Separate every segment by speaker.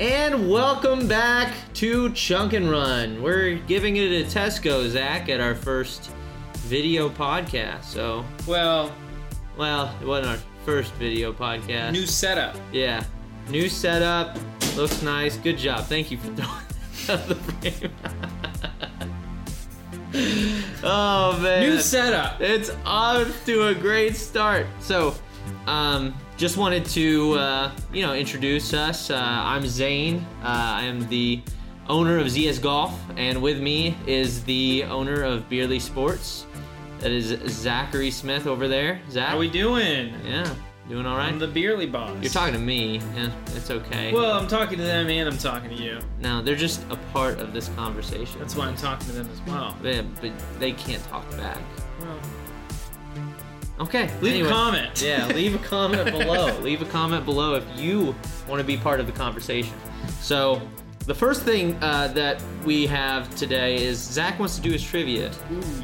Speaker 1: And welcome back to Chunk and Run. We're giving it a Tesco, Zach, at our first video podcast. So,
Speaker 2: Well,
Speaker 1: well, it wasn't our first video podcast.
Speaker 2: new setup.
Speaker 1: yeah, new setup. Looks nice. Good job. Thank you for throwing out the frame. oh man.
Speaker 2: New setup.
Speaker 1: It's off to a great start. So, um, just wanted to uh, you know introduce us. Uh, I'm Zane. Uh, I am the owner of ZS Golf, and with me is the owner of Beerly Sports. That is Zachary Smith over there. Zach,
Speaker 2: How we doing?
Speaker 1: yeah, doing all right.
Speaker 2: I'm the Beerly boss.
Speaker 1: You're talking to me. Yeah, it's okay.
Speaker 2: Well, I'm talking to them and I'm talking to you.
Speaker 1: no, they're just a part of this conversation.
Speaker 2: That's why I'm talking to them as well.
Speaker 1: Yeah, but they can't talk back.
Speaker 2: Well,
Speaker 1: Okay.
Speaker 2: leave
Speaker 1: anyway.
Speaker 2: a comment.
Speaker 1: Yeah, leave a comment below. Leave a comment below if you want to be part of the conversation. So, the first thing uh, that we have today is Zach wants to do his trivia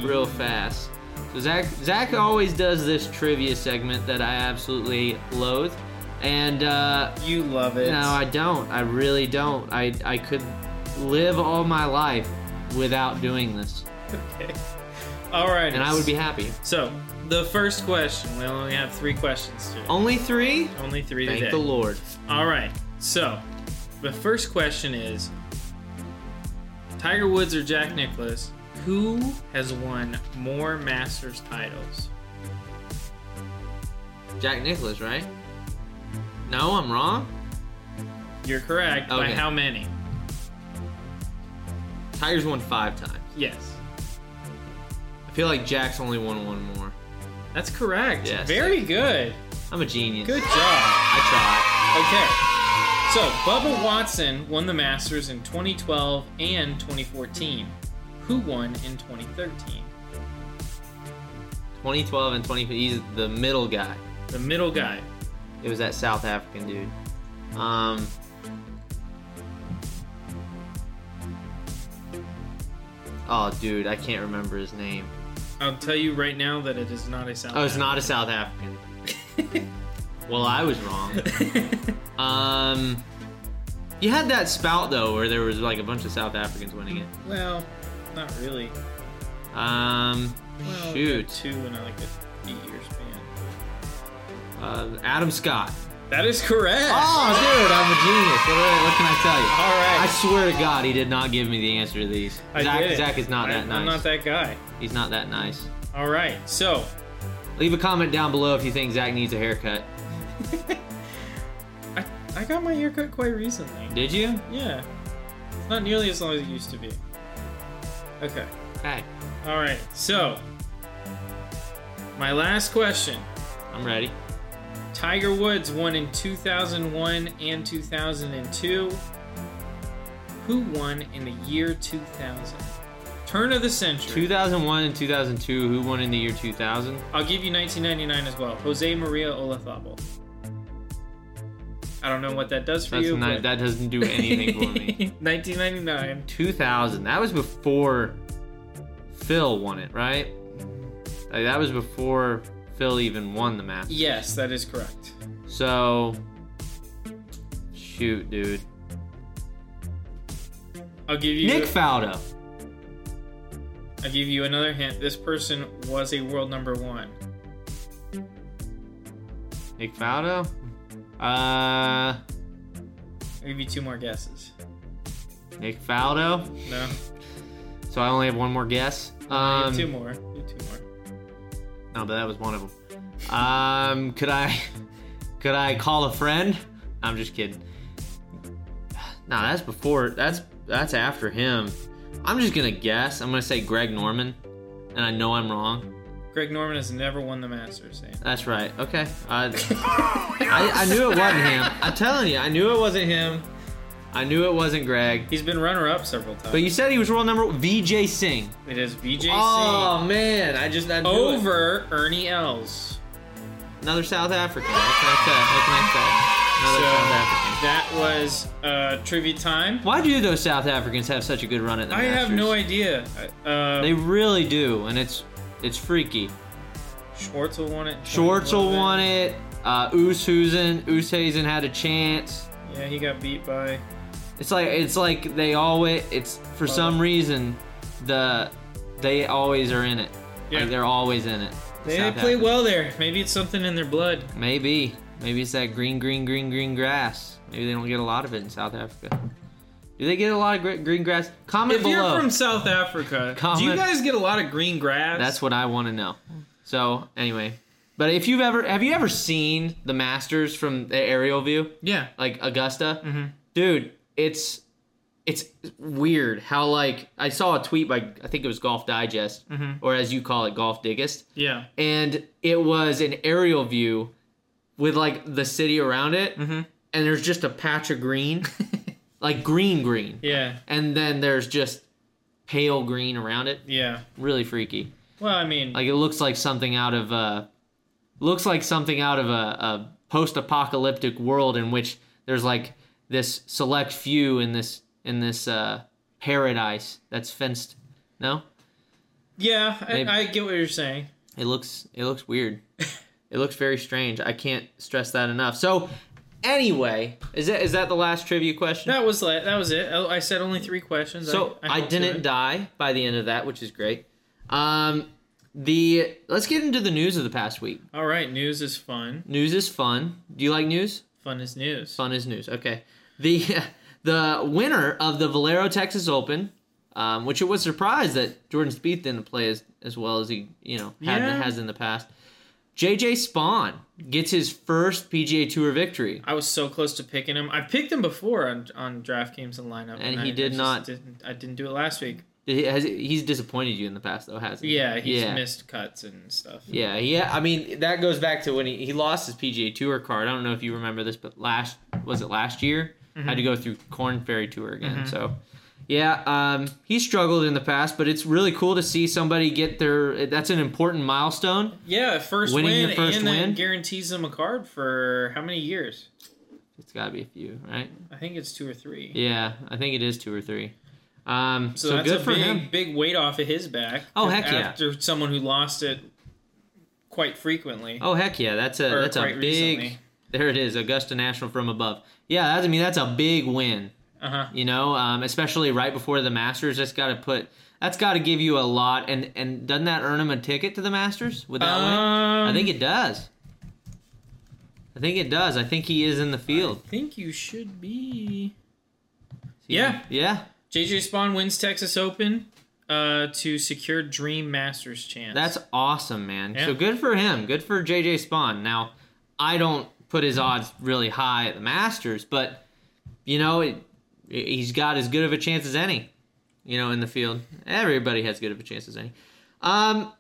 Speaker 1: real fast. So Zach, Zach always does this trivia segment that I absolutely loathe, and uh,
Speaker 2: You love it.
Speaker 1: no, I don't. I really don't. I I could live all my life without doing this,
Speaker 2: Okay. All right.
Speaker 1: and I would be happy.
Speaker 2: So, the first question. We only have three questions today.
Speaker 1: Only three.
Speaker 2: Only three
Speaker 1: Oh. Thank
Speaker 2: today.
Speaker 1: the Lord.
Speaker 2: All right. So, the first question is Tiger Woods or Jack Nicklaus, who has won more Masters titles?
Speaker 1: Jack Nicholas, right? No, I'm wrong.
Speaker 2: You're correct. By
Speaker 1: Okay.
Speaker 2: how many?
Speaker 1: Tigers won five times.
Speaker 2: Yes.
Speaker 1: I feel like Jack's only won one more.
Speaker 2: That's correct.
Speaker 1: Yes.
Speaker 2: Very good.
Speaker 1: I'm a genius.
Speaker 2: Good job.
Speaker 1: I
Speaker 2: Okay. So, Bubba Watson won the Masters in 2012 and 2014. Who won in 2013?
Speaker 1: tried. 2012 and 20. He's the middle guy.
Speaker 2: The middle guy.
Speaker 1: It was that South African dude. Um. Oh, dude, I can't remember his name.
Speaker 2: I'll tell you right now that it is not a South.
Speaker 1: Oh, it's not a South African. well, I was wrong.
Speaker 2: African.
Speaker 1: Um, you had that spout though, where there was like a bunch of South Africans winning it.
Speaker 2: well, not really.
Speaker 1: Um,
Speaker 2: Well, we had
Speaker 1: shoot,
Speaker 2: two in like a eight-year span.
Speaker 1: uh, Adam Scott.
Speaker 2: That is correct.
Speaker 1: Oh, dude, I'm a genius. What, what can I tell you?
Speaker 2: All
Speaker 1: I
Speaker 2: right.
Speaker 1: swear to God, he did not give me the answer to these.
Speaker 2: I
Speaker 1: Zach,
Speaker 2: did it.
Speaker 1: Zach is not
Speaker 2: I-
Speaker 1: that nice.
Speaker 2: I'm not that guy.
Speaker 1: He's not that nice.
Speaker 2: All right. So,
Speaker 1: Leave a comment down below if you think Zach needs a haircut.
Speaker 2: I, I got my haircut quite recently.
Speaker 1: Did you?
Speaker 2: Yeah. It's not nearly as long as it used to be. Okay.
Speaker 1: Okay,
Speaker 2: All right. So, my last question.
Speaker 1: I'm ready.
Speaker 2: Tiger Woods won in 2001 and 2002. Who won in the year 2000? Turn of the century.
Speaker 1: 2001 and 2002. Who won in the year 2000?
Speaker 2: I'll give you 1999 as well. Jose Maria Olazabal. I don't know what that does for
Speaker 1: That's
Speaker 2: you.
Speaker 1: not,
Speaker 2: but-
Speaker 1: that doesn't do anything for me.
Speaker 2: 1999.
Speaker 1: 2000. That was before Phil won it, right? Like, that was before Phil even won the Masters.
Speaker 2: Yes, that is correct.
Speaker 1: So, shoot, dude.
Speaker 2: I'll give you
Speaker 1: Nick Faldo.
Speaker 2: I'll give you another hint. This person was a world number one.
Speaker 1: Nick Faldo. Uh,
Speaker 2: I'll give you two more guesses.
Speaker 1: Nick Faldo.
Speaker 2: No,
Speaker 1: So I only have one more guess.
Speaker 2: I
Speaker 1: Um,
Speaker 2: have two more. You have two more.
Speaker 1: no, but that was one of them. Um, could I, could I call a friend? I'm just kidding. No, that's before. That's that's after him. I'm just gonna guess. I'm gonna say Greg Norman, and I know I'm wrong.
Speaker 2: Greg Norman has never won the Masters. Sam.
Speaker 1: That's right. Okay. I I, I knew it wasn't him. I'm telling you, I knew it wasn't him. I knew it wasn't Greg.
Speaker 2: He's been runner-up several times.
Speaker 1: But you said he was world number VJ Singh.
Speaker 2: it is VJ
Speaker 1: Oh man, I just I
Speaker 2: Singh
Speaker 1: knew it.
Speaker 2: over Ernie Els.
Speaker 1: Another South African. What can I say? What can I say?
Speaker 2: So
Speaker 1: Another South African.
Speaker 2: that was uh, trivia time.
Speaker 1: Why do those South Africans have such a good run at the
Speaker 2: I have
Speaker 1: Masters?
Speaker 2: no idea. Uh,
Speaker 1: They really do, and it's it's freaky.
Speaker 2: Schwartzel won it.
Speaker 1: Schwartzel
Speaker 2: Jordan
Speaker 1: won it. Uh, Ooshuizen, Ooshuizen had a chance.
Speaker 2: Yeah, he got beat by
Speaker 1: It's like it's like they always it's for some reason the they always are in it.
Speaker 2: Yeah.
Speaker 1: Like they're always in it.
Speaker 2: They,
Speaker 1: It's
Speaker 2: they
Speaker 1: not
Speaker 2: play
Speaker 1: happening.
Speaker 2: well there. Maybe it's something in their blood.
Speaker 1: Maybe. Maybe it's that green, green, green, green grass. Maybe they don't get a lot of it in South Africa. Do they get a lot of gre- green grass? Comment
Speaker 2: If
Speaker 1: below.
Speaker 2: you're from South Africa, do you
Speaker 1: Comment.
Speaker 2: guys get a lot of green grass?
Speaker 1: That's what I want to know. So anyway, but if you've ever have you ever seen the Masters from the aerial view,
Speaker 2: yeah.
Speaker 1: like Augusta,
Speaker 2: Mm-hmm.
Speaker 1: dude? It's it's weird how like I saw a tweet by I think it was Golf Digest
Speaker 2: Mm-hmm.
Speaker 1: or as you call it Golf Diggest,
Speaker 2: Yeah.
Speaker 1: and it was an aerial view with like the city around it, and there's just a patch of green, like green green,
Speaker 2: Yeah.
Speaker 1: and then there's just pale green around it.
Speaker 2: Yeah.
Speaker 1: Really freaky.
Speaker 2: Well, I mean,
Speaker 1: Like it looks like something out of a looks like something out of a, a post-apocalyptic world in which there's like this select few in this in this uh, paradise that's fenced. No,
Speaker 2: yeah,
Speaker 1: maybe-
Speaker 2: I, I get what you're saying.
Speaker 1: it looks it looks weird. it looks very strange. I can't stress that enough. So anyway, is that is that the last trivia question?
Speaker 2: That was like that was it. Oh, I I said only three questions.
Speaker 1: So I,
Speaker 2: held to
Speaker 1: didn't
Speaker 2: it.
Speaker 1: die by the end of that, which is great. Um, the let's get into the news of the past week.
Speaker 2: All right, news is fun.
Speaker 1: News is fun. Do you like news?
Speaker 2: Fun is news.
Speaker 1: Fun is news. Okay. The the winner of the Valero Texas Open, um, which it was surprised that Jordan Spieth didn't play as, as well as he you know had,
Speaker 2: Yeah.
Speaker 1: has in the past. JJ Spawn gets his first PGA Tour victory.
Speaker 2: I was so close to picking him. I've picked him before on on DraftKings and lineup,
Speaker 1: And
Speaker 2: I,
Speaker 1: he
Speaker 2: I
Speaker 1: did
Speaker 2: just
Speaker 1: not.
Speaker 2: Didn't, I didn't do it last week.
Speaker 1: He- has- he's disappointed you in the past though, hasn't he?
Speaker 2: Yeah, he's
Speaker 1: yeah.
Speaker 2: missed cuts and stuff.
Speaker 1: Yeah, yeah. I mean, that goes back to when he, he lost his PGA Tour card. I don't know if you remember this, but last was it last year?
Speaker 2: Mm-hmm.
Speaker 1: Had to go through Corn Ferry Tour again. So, yeah, um, he struggled in the past, but it's really cool to see somebody get their. That's an important milestone.
Speaker 2: Yeah, first
Speaker 1: Winning
Speaker 2: win,
Speaker 1: your first
Speaker 2: and then
Speaker 1: win?
Speaker 2: guarantees him a card for how many years?
Speaker 1: It's got to be a few, right?
Speaker 2: I think it's two or three.
Speaker 1: Yeah, I think it is two or three. Um,
Speaker 2: So,
Speaker 1: so
Speaker 2: that's
Speaker 1: good
Speaker 2: a
Speaker 1: for
Speaker 2: big,
Speaker 1: him.
Speaker 2: big weight off of his back.
Speaker 1: Oh, heck yeah.
Speaker 2: After someone who lost it quite frequently.
Speaker 1: Oh heck yeah, that's a
Speaker 2: Or
Speaker 1: that's a
Speaker 2: quite
Speaker 1: big.
Speaker 2: recently.
Speaker 1: There it is, Augusta National from above. Yeah, that's, I mean that's a big win.
Speaker 2: Uh huh.
Speaker 1: you know um, especially right before the masters that's got to put that's got to give you a lot and and doesn't that earn him a ticket to the masters with that win i think it does i think it does i think he is in the field
Speaker 2: I think you should be.
Speaker 1: See,
Speaker 2: Yeah.
Speaker 1: yeah
Speaker 2: JJ Spawn wins Texas Open uh, to secure Dream Masters chance.
Speaker 1: that's awesome man
Speaker 2: Yeah.
Speaker 1: so good for him good for jj spawn now i don't put his odds really high at the masters but you know it, he's got as good of a chance as any you know in the field everybody has good of a chance as any Um,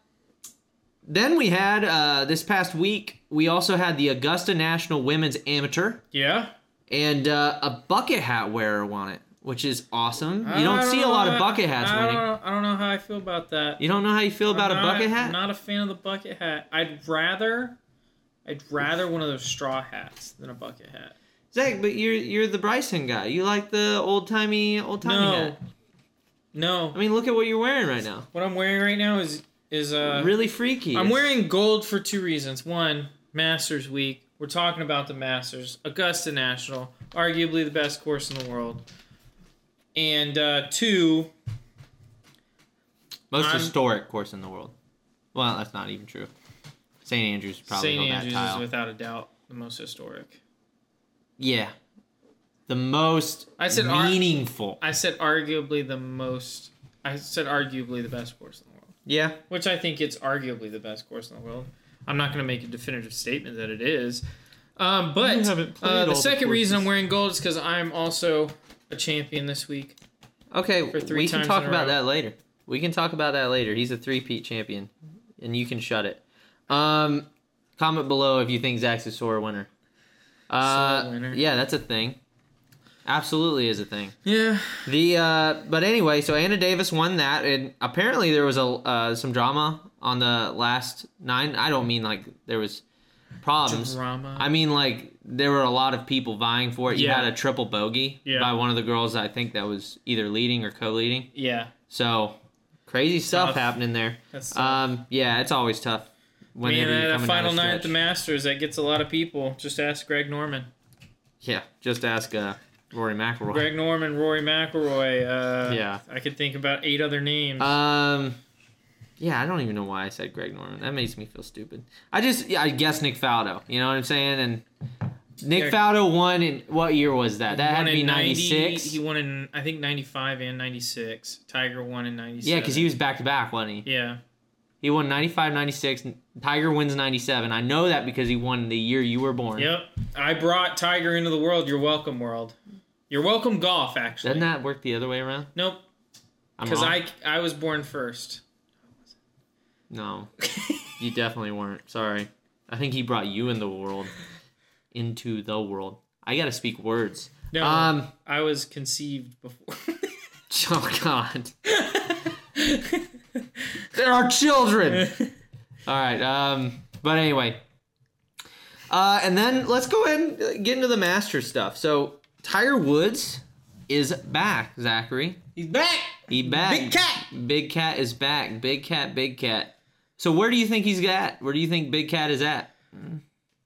Speaker 1: then we had uh, this past week. We also had the Augusta National Women's Amateur,
Speaker 2: yeah.
Speaker 1: and uh, a bucket hat wearer won it, which is awesome.
Speaker 2: I
Speaker 1: You don't see a
Speaker 2: know
Speaker 1: lot of
Speaker 2: how-
Speaker 1: bucket hats
Speaker 2: I
Speaker 1: winning.
Speaker 2: Don't, I don't know how I feel about that.
Speaker 1: You don't know how you feel about a
Speaker 2: I'm not-
Speaker 1: bucket
Speaker 2: I'm
Speaker 1: hat?
Speaker 2: not a fan of the bucket hat. I'd rather, I'd rather one of those straw hats than a bucket hat.
Speaker 1: Zach, but you're you're the Bryson guy. You like the old timey old timey
Speaker 2: No.
Speaker 1: hat.
Speaker 2: No,
Speaker 1: I mean, look at what you're wearing right now.
Speaker 2: what I'm wearing right now is is uh.
Speaker 1: really freaky.
Speaker 2: I'm wearing gold for two reasons. One, Masters Week. We're talking about the Masters, Augusta National, arguably the best course in the world. And uh, two,
Speaker 1: most
Speaker 2: I'm-
Speaker 1: historic course in the world. Well, that's not even true. St. Andrews is probably
Speaker 2: St.
Speaker 1: on
Speaker 2: Andrews
Speaker 1: that tile.
Speaker 2: is without a doubt the most historic.
Speaker 1: yeah, the most
Speaker 2: I said ar-
Speaker 1: meaningful.
Speaker 2: I said arguably the most. I said arguably the best course in the world,
Speaker 1: yeah,
Speaker 2: which I think it's arguably the best course in the world. I'm not going to make a definitive statement that it is. Um, but
Speaker 1: You haven't played
Speaker 2: uh,
Speaker 1: all
Speaker 2: the
Speaker 1: the
Speaker 2: second reason
Speaker 1: courses.
Speaker 2: I'm wearing gold is because I'm also a champion this week.
Speaker 1: Okay,
Speaker 2: for three
Speaker 1: we can
Speaker 2: times
Speaker 1: talk
Speaker 2: in a
Speaker 1: about
Speaker 2: row.
Speaker 1: that later. We can talk about that later. He's a three-peat champion, and you can shut it. Um, comment below if you think Zach's a Sora winner. Uh,
Speaker 2: Sora winner.
Speaker 1: Yeah, that's a thing. Absolutely is a thing.
Speaker 2: Yeah,
Speaker 1: The uh, but anyway, so Anna Davis won that, and apparently there was a uh, some drama on the last nine. I don't mean like there was problems.
Speaker 2: drama.
Speaker 1: I mean, like there were a lot of people vying for it. You
Speaker 2: Yeah.
Speaker 1: had a triple bogey
Speaker 2: Yeah.
Speaker 1: by one of the girls. I think that was either leading or co-leading.
Speaker 2: yeah.
Speaker 1: So crazy stuff
Speaker 2: Tough.
Speaker 1: happening there.
Speaker 2: That's tough.
Speaker 1: Um, yeah, it's always tough. When
Speaker 2: Man, that final night at the Masters, that gets a lot of people. Just ask Greg Norman.
Speaker 1: yeah, just ask uh, Rory McIlroy.
Speaker 2: Greg Norman, Rory McIlroy. Uh,
Speaker 1: Yeah.
Speaker 2: I could think about eight other names.
Speaker 1: Um, yeah, I don't even know why I said Greg Norman. That makes me feel stupid. I just, yeah, I guess Nick Faldo. You know what I'm saying? And Nick
Speaker 2: Yeah.
Speaker 1: Faldo won in what year was that? That had
Speaker 2: Won
Speaker 1: to
Speaker 2: in
Speaker 1: be
Speaker 2: 90
Speaker 1: 96.
Speaker 2: He won in I think ninety five and ninety six. Tiger won in ninety six.
Speaker 1: Yeah, because he was back to back, wasn't he?
Speaker 2: yeah
Speaker 1: He won 95, 96. Tiger wins 97. I know that because he won the year you were born.
Speaker 2: yep. I brought Tiger into the world. You're welcome, world. You're welcome, golf. Actually,
Speaker 1: Doesn't that work the other way around?
Speaker 2: nope.
Speaker 1: I'm
Speaker 2: Because
Speaker 1: wrong.
Speaker 2: I I was born first.
Speaker 1: No, you definitely weren't. Sorry. I think he brought you in the world. Into the world. I got to speak words.
Speaker 2: No,
Speaker 1: Um,
Speaker 2: I was conceived before.
Speaker 1: oh, God. They're our children. All right. Um, but anyway. Uh, and then let's go ahead and get into the master stuff. So Tiger Woods is back, Zachary.
Speaker 2: He's back.
Speaker 1: He back.
Speaker 2: Big Cat.
Speaker 1: Big Cat is back. Big Cat, Big Cat. So where do you think he's at? Where do you think Big Cat is at?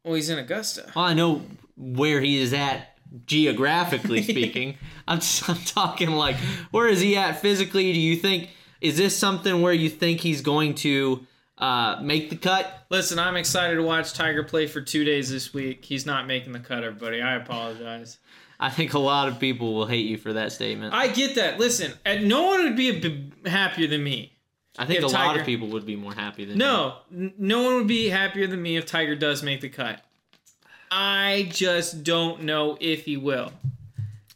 Speaker 2: Oh, he's in Augusta.
Speaker 1: Well, I know where he is at geographically speaking. I'm, just, I'm talking like, where is he at physically? Do you think, is this something where you think he's going to uh, make the cut?
Speaker 2: Listen, I'm excited to watch Tiger play for two days this week. He's not making the cut, everybody. I apologize.
Speaker 1: I think a lot of people will hate you for that statement. I,
Speaker 2: I get that. Listen, and no one would be a b- happier than me.
Speaker 1: think
Speaker 2: if
Speaker 1: a lot
Speaker 2: Tiger-
Speaker 1: of people would be more happy than you.
Speaker 2: No, n- no one would be happier than me if Tiger does make the cut. I just don't know if he will.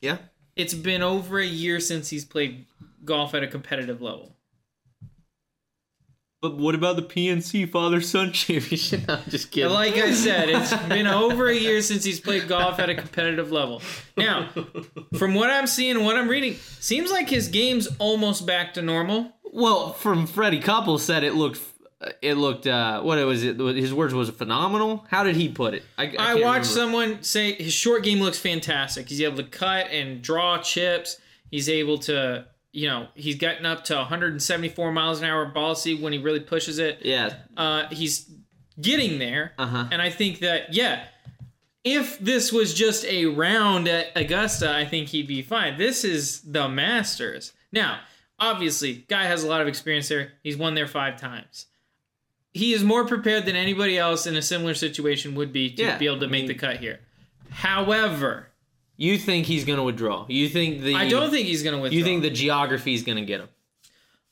Speaker 1: Yeah.
Speaker 2: It's been over a year since he's played golf at a competitive level.
Speaker 1: But what about the PNC Father Son Championship? I'm just kidding.
Speaker 2: Like I said, it's been over a year since he's played golf at a competitive level. Now, from what I'm seeing and what I'm reading, seems like his game's almost back to normal.
Speaker 1: Well, from Freddie Couples said it looked it looked uh what it was it his words was phenomenal. How did he put it? I,
Speaker 2: I,
Speaker 1: can't
Speaker 2: watched
Speaker 1: remember.
Speaker 2: someone say his short game looks fantastic. He's able to cut and draw chips. He's able to, you know, he's gotten up to 174 miles an hour ball speed when he really pushes it.
Speaker 1: Yeah.
Speaker 2: Uh, he's getting there,
Speaker 1: Uh-huh.
Speaker 2: and I think that yeah, if this was just a round at Augusta, I think he'd be fine. This is the Masters. Now, obviously, guy has a lot of experience there. He's won there five times. He is more prepared than anybody else in a similar situation would be to
Speaker 1: Yeah,
Speaker 2: be able to
Speaker 1: I
Speaker 2: make
Speaker 1: mean-
Speaker 2: the cut here. However,
Speaker 1: You think he's going to withdraw? You think the
Speaker 2: I don't think he's going to withdraw.
Speaker 1: you think the geography is going to get him?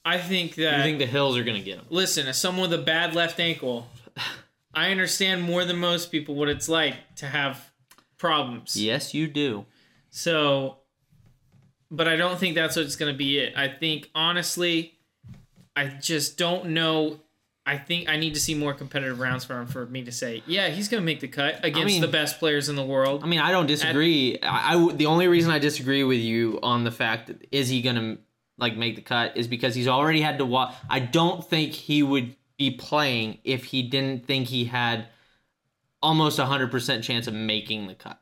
Speaker 2: I think
Speaker 1: You
Speaker 2: that
Speaker 1: think the hills are going to get him?
Speaker 2: listen, as someone with a bad left ankle, I understand more than most people what it's like to have problems.
Speaker 1: Yes, you do.
Speaker 2: So, but I don't think that's what's going to be it. I think, honestly, I just don't know. I think I need to see more competitive rounds for him for me to say, yeah, he's going to make the cut against
Speaker 1: mean-
Speaker 2: the best players in the world.
Speaker 1: I mean, I don't disagree. I, I w- the only reason I disagree with you on the fact that is he going to like make the cut is because he's already had to walk. I don't think he would be playing if he didn't think he had almost a hundred percent chance of making the cut.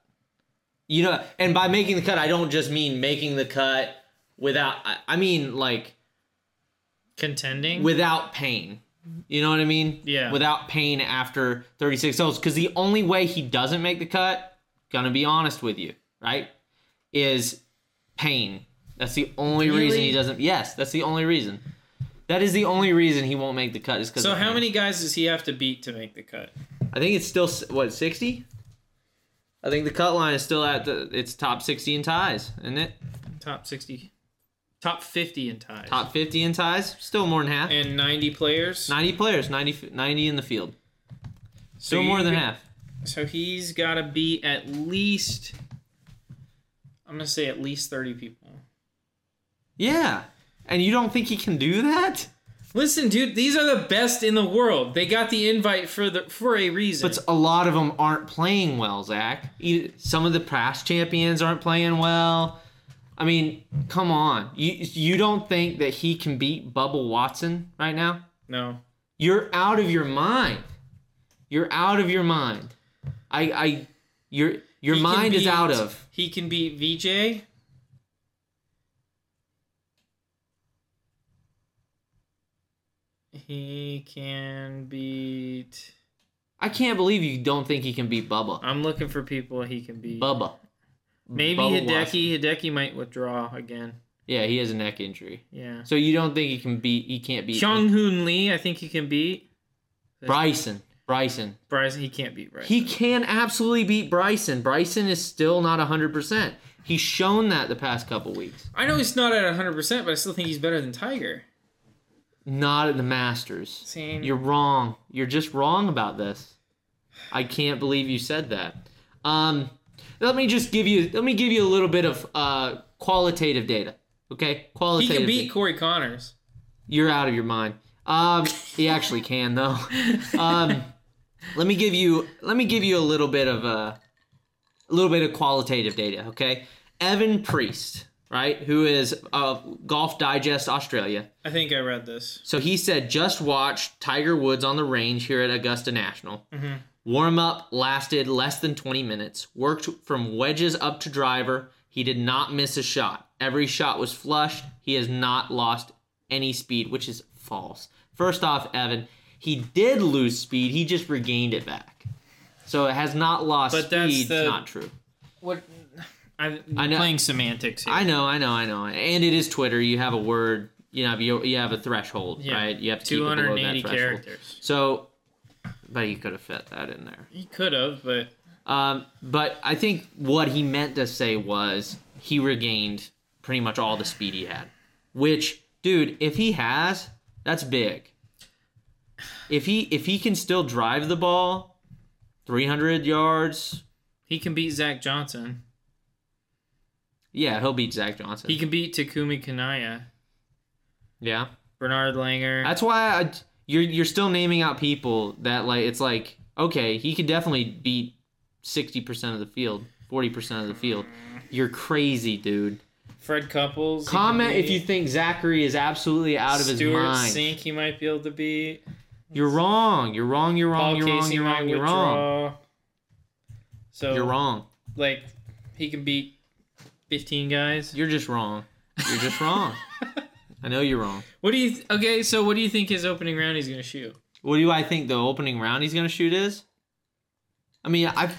Speaker 1: You know, and by making the cut, I don't just mean making the cut without. I, I mean like
Speaker 2: Contending.
Speaker 1: without pain. You know what I mean?
Speaker 2: Yeah.
Speaker 1: Without pain after 36 holes. Because the only way he doesn't make the cut, gonna be honest with you, right? Is pain. That's the only reason he
Speaker 2: Really?
Speaker 1: doesn't. Yes, that's the only reason. That is the only reason he won't make the cut. Is because
Speaker 2: so, how many guys does he have to beat to make the cut?
Speaker 1: I think it's still s- what 60. I think the cut line is still at the it's top 60 in ties, isn't it?
Speaker 2: Top 60, top 50 in ties.
Speaker 1: Top 50 in ties, still more than half.
Speaker 2: and 90 players.
Speaker 1: 90 players, 90 f- 90 in the field,
Speaker 2: so,
Speaker 1: still more
Speaker 2: you
Speaker 1: than
Speaker 2: could-
Speaker 1: half.
Speaker 2: So, he's got to beat at least, I'm going to say at least 30 people.
Speaker 1: Yeah. And you don't think he can do that?
Speaker 2: Listen, dude, these are the best in the world. They got the invite for the for a reason.
Speaker 1: But a lot of them aren't playing well, Zach. E- Some of the past champions aren't playing well. I mean, come on. You you don't think that he can beat Bubble Watson right now?
Speaker 2: no.
Speaker 1: You're out of your mind. You're out of your mind. I I your your
Speaker 2: He can
Speaker 1: mind is
Speaker 2: beat-
Speaker 1: out of.
Speaker 2: He can beat VJ. He can beat
Speaker 1: I can't believe you don't think he can beat Bubba.
Speaker 2: I'm looking for people he can beat.
Speaker 1: Bubba.
Speaker 2: Maybe
Speaker 1: Bubba
Speaker 2: Hideki. Hideki might withdraw again.
Speaker 1: Yeah, he has a neck injury.
Speaker 2: Yeah.
Speaker 1: So you don't think he can beat? He can't beat
Speaker 2: Chung Hoon Lee, I think he can beat.
Speaker 1: Bryson. Bryson.
Speaker 2: Bryson, he can't beat Bryson.
Speaker 1: He can absolutely beat Bryson. Bryson is still not 100%. He's shown that the past couple weeks.
Speaker 2: I know he's not at 100%, but I still think he's better than Tiger.
Speaker 1: Not at the Masters.
Speaker 2: Same.
Speaker 1: You're wrong. You're just wrong about this. I can't believe you said that. Um, let me just give you let me give you a little bit of uh, qualitative data. Okay?
Speaker 2: he
Speaker 1: Qualitative.
Speaker 2: can beat
Speaker 1: data.
Speaker 2: Corey Connors.
Speaker 1: You're out of your mind. Um, he actually can though. Um, let me give you let me give you a little bit of uh, a little bit of qualitative data. Okay, Evan Priest, right, who is uh, Golf Digest Australia.
Speaker 2: I think I read this.
Speaker 1: So he said, just watched Tiger Woods on the range here at Augusta National.
Speaker 2: Mm-hmm.
Speaker 1: Warm up lasted less than 20 minutes. Worked from wedges up to driver. He did not miss a shot. Every shot was flush. He has not lost any speed, which is false. First off, Evan, he did lose speed. He just regained it back. So it has not lost
Speaker 2: But that's
Speaker 1: speed.
Speaker 2: the-
Speaker 1: It's not true.
Speaker 2: What? I'm
Speaker 1: know-
Speaker 2: playing semantics here.
Speaker 1: I know, I know, I know. And it is Twitter. You have a word. You know, you, you have a threshold, right? You have to keep it below that
Speaker 2: 280
Speaker 1: threshold.
Speaker 2: characters.
Speaker 1: So, but he could have fit that in there.
Speaker 2: He could have, but
Speaker 1: Um, but I think what he meant to say was he regained pretty much all the speed he had. Which, dude, if he has, that's big. If he if he can still drive the ball, three hundred yards,
Speaker 2: he can beat Zach Johnson.
Speaker 1: yeah, he'll beat Zach Johnson.
Speaker 2: He can beat Takumi Kanaya,
Speaker 1: yeah,
Speaker 2: Bernard Langer.
Speaker 1: that's why I, you're you're still naming out people that like it's like okay, he could definitely beat sixty percent of the field, forty percent of the field. You're crazy, dude.
Speaker 2: Fred Couples. he can
Speaker 1: Comment if
Speaker 2: beat.
Speaker 1: you think Zachary is absolutely out of his
Speaker 2: Stuart
Speaker 1: mind.
Speaker 2: Sink, he might be able to beat.
Speaker 1: You're wrong. You're wrong. You're wrong.
Speaker 2: Paul
Speaker 1: you're wrong.
Speaker 2: Casey
Speaker 1: You're
Speaker 2: might
Speaker 1: wrong. You're wrong.
Speaker 2: withdraw. So
Speaker 1: You're wrong.
Speaker 2: Like he can beat 15 guys.
Speaker 1: You're just wrong. You're just wrong. I know you're wrong.
Speaker 2: What do you? Th- okay, so what do you think his opening round he's gonna shoot?
Speaker 1: What do I think the opening round he's gonna shoot is? I mean, I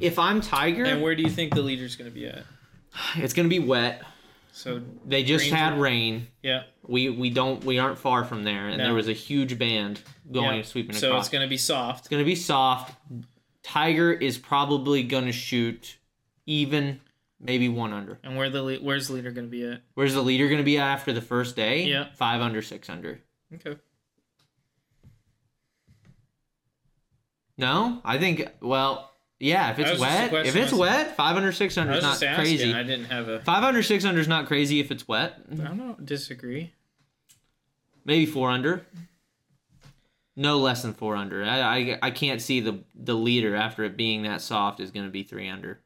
Speaker 1: if I'm
Speaker 2: And
Speaker 1: Tiger,
Speaker 2: where do you think the leader's gonna be at?
Speaker 1: it's gonna be wet.
Speaker 2: So
Speaker 1: They just
Speaker 2: Rain's
Speaker 1: had
Speaker 2: out.
Speaker 1: rain.
Speaker 2: yeah,
Speaker 1: We we don't we aren't far from there, and
Speaker 2: No.
Speaker 1: there was a huge band going
Speaker 2: yeah.
Speaker 1: sweeping
Speaker 2: So
Speaker 1: across.
Speaker 2: it's gonna be soft.
Speaker 1: It's gonna be soft. Tiger is probably gonna shoot even, maybe one under.
Speaker 2: And where the le- where's the leader gonna be at?
Speaker 1: Where's the leader gonna be at after the first day?
Speaker 2: Yeah.
Speaker 1: Five under, six under.
Speaker 2: Okay.
Speaker 1: No? I think well, yeah, if
Speaker 2: That
Speaker 1: it's
Speaker 2: was just a
Speaker 1: wet. If
Speaker 2: question
Speaker 1: it's
Speaker 2: I was-
Speaker 1: wet, five under, six
Speaker 2: I
Speaker 1: under
Speaker 2: was
Speaker 1: is not
Speaker 2: just asking.
Speaker 1: crazy.
Speaker 2: I didn't have a.
Speaker 1: Five under, six under is not crazy if it's wet.
Speaker 2: I don't disagree.
Speaker 1: Maybe four under. No less than four under. I, I I can't see the the leader after it being that soft is going to be three under.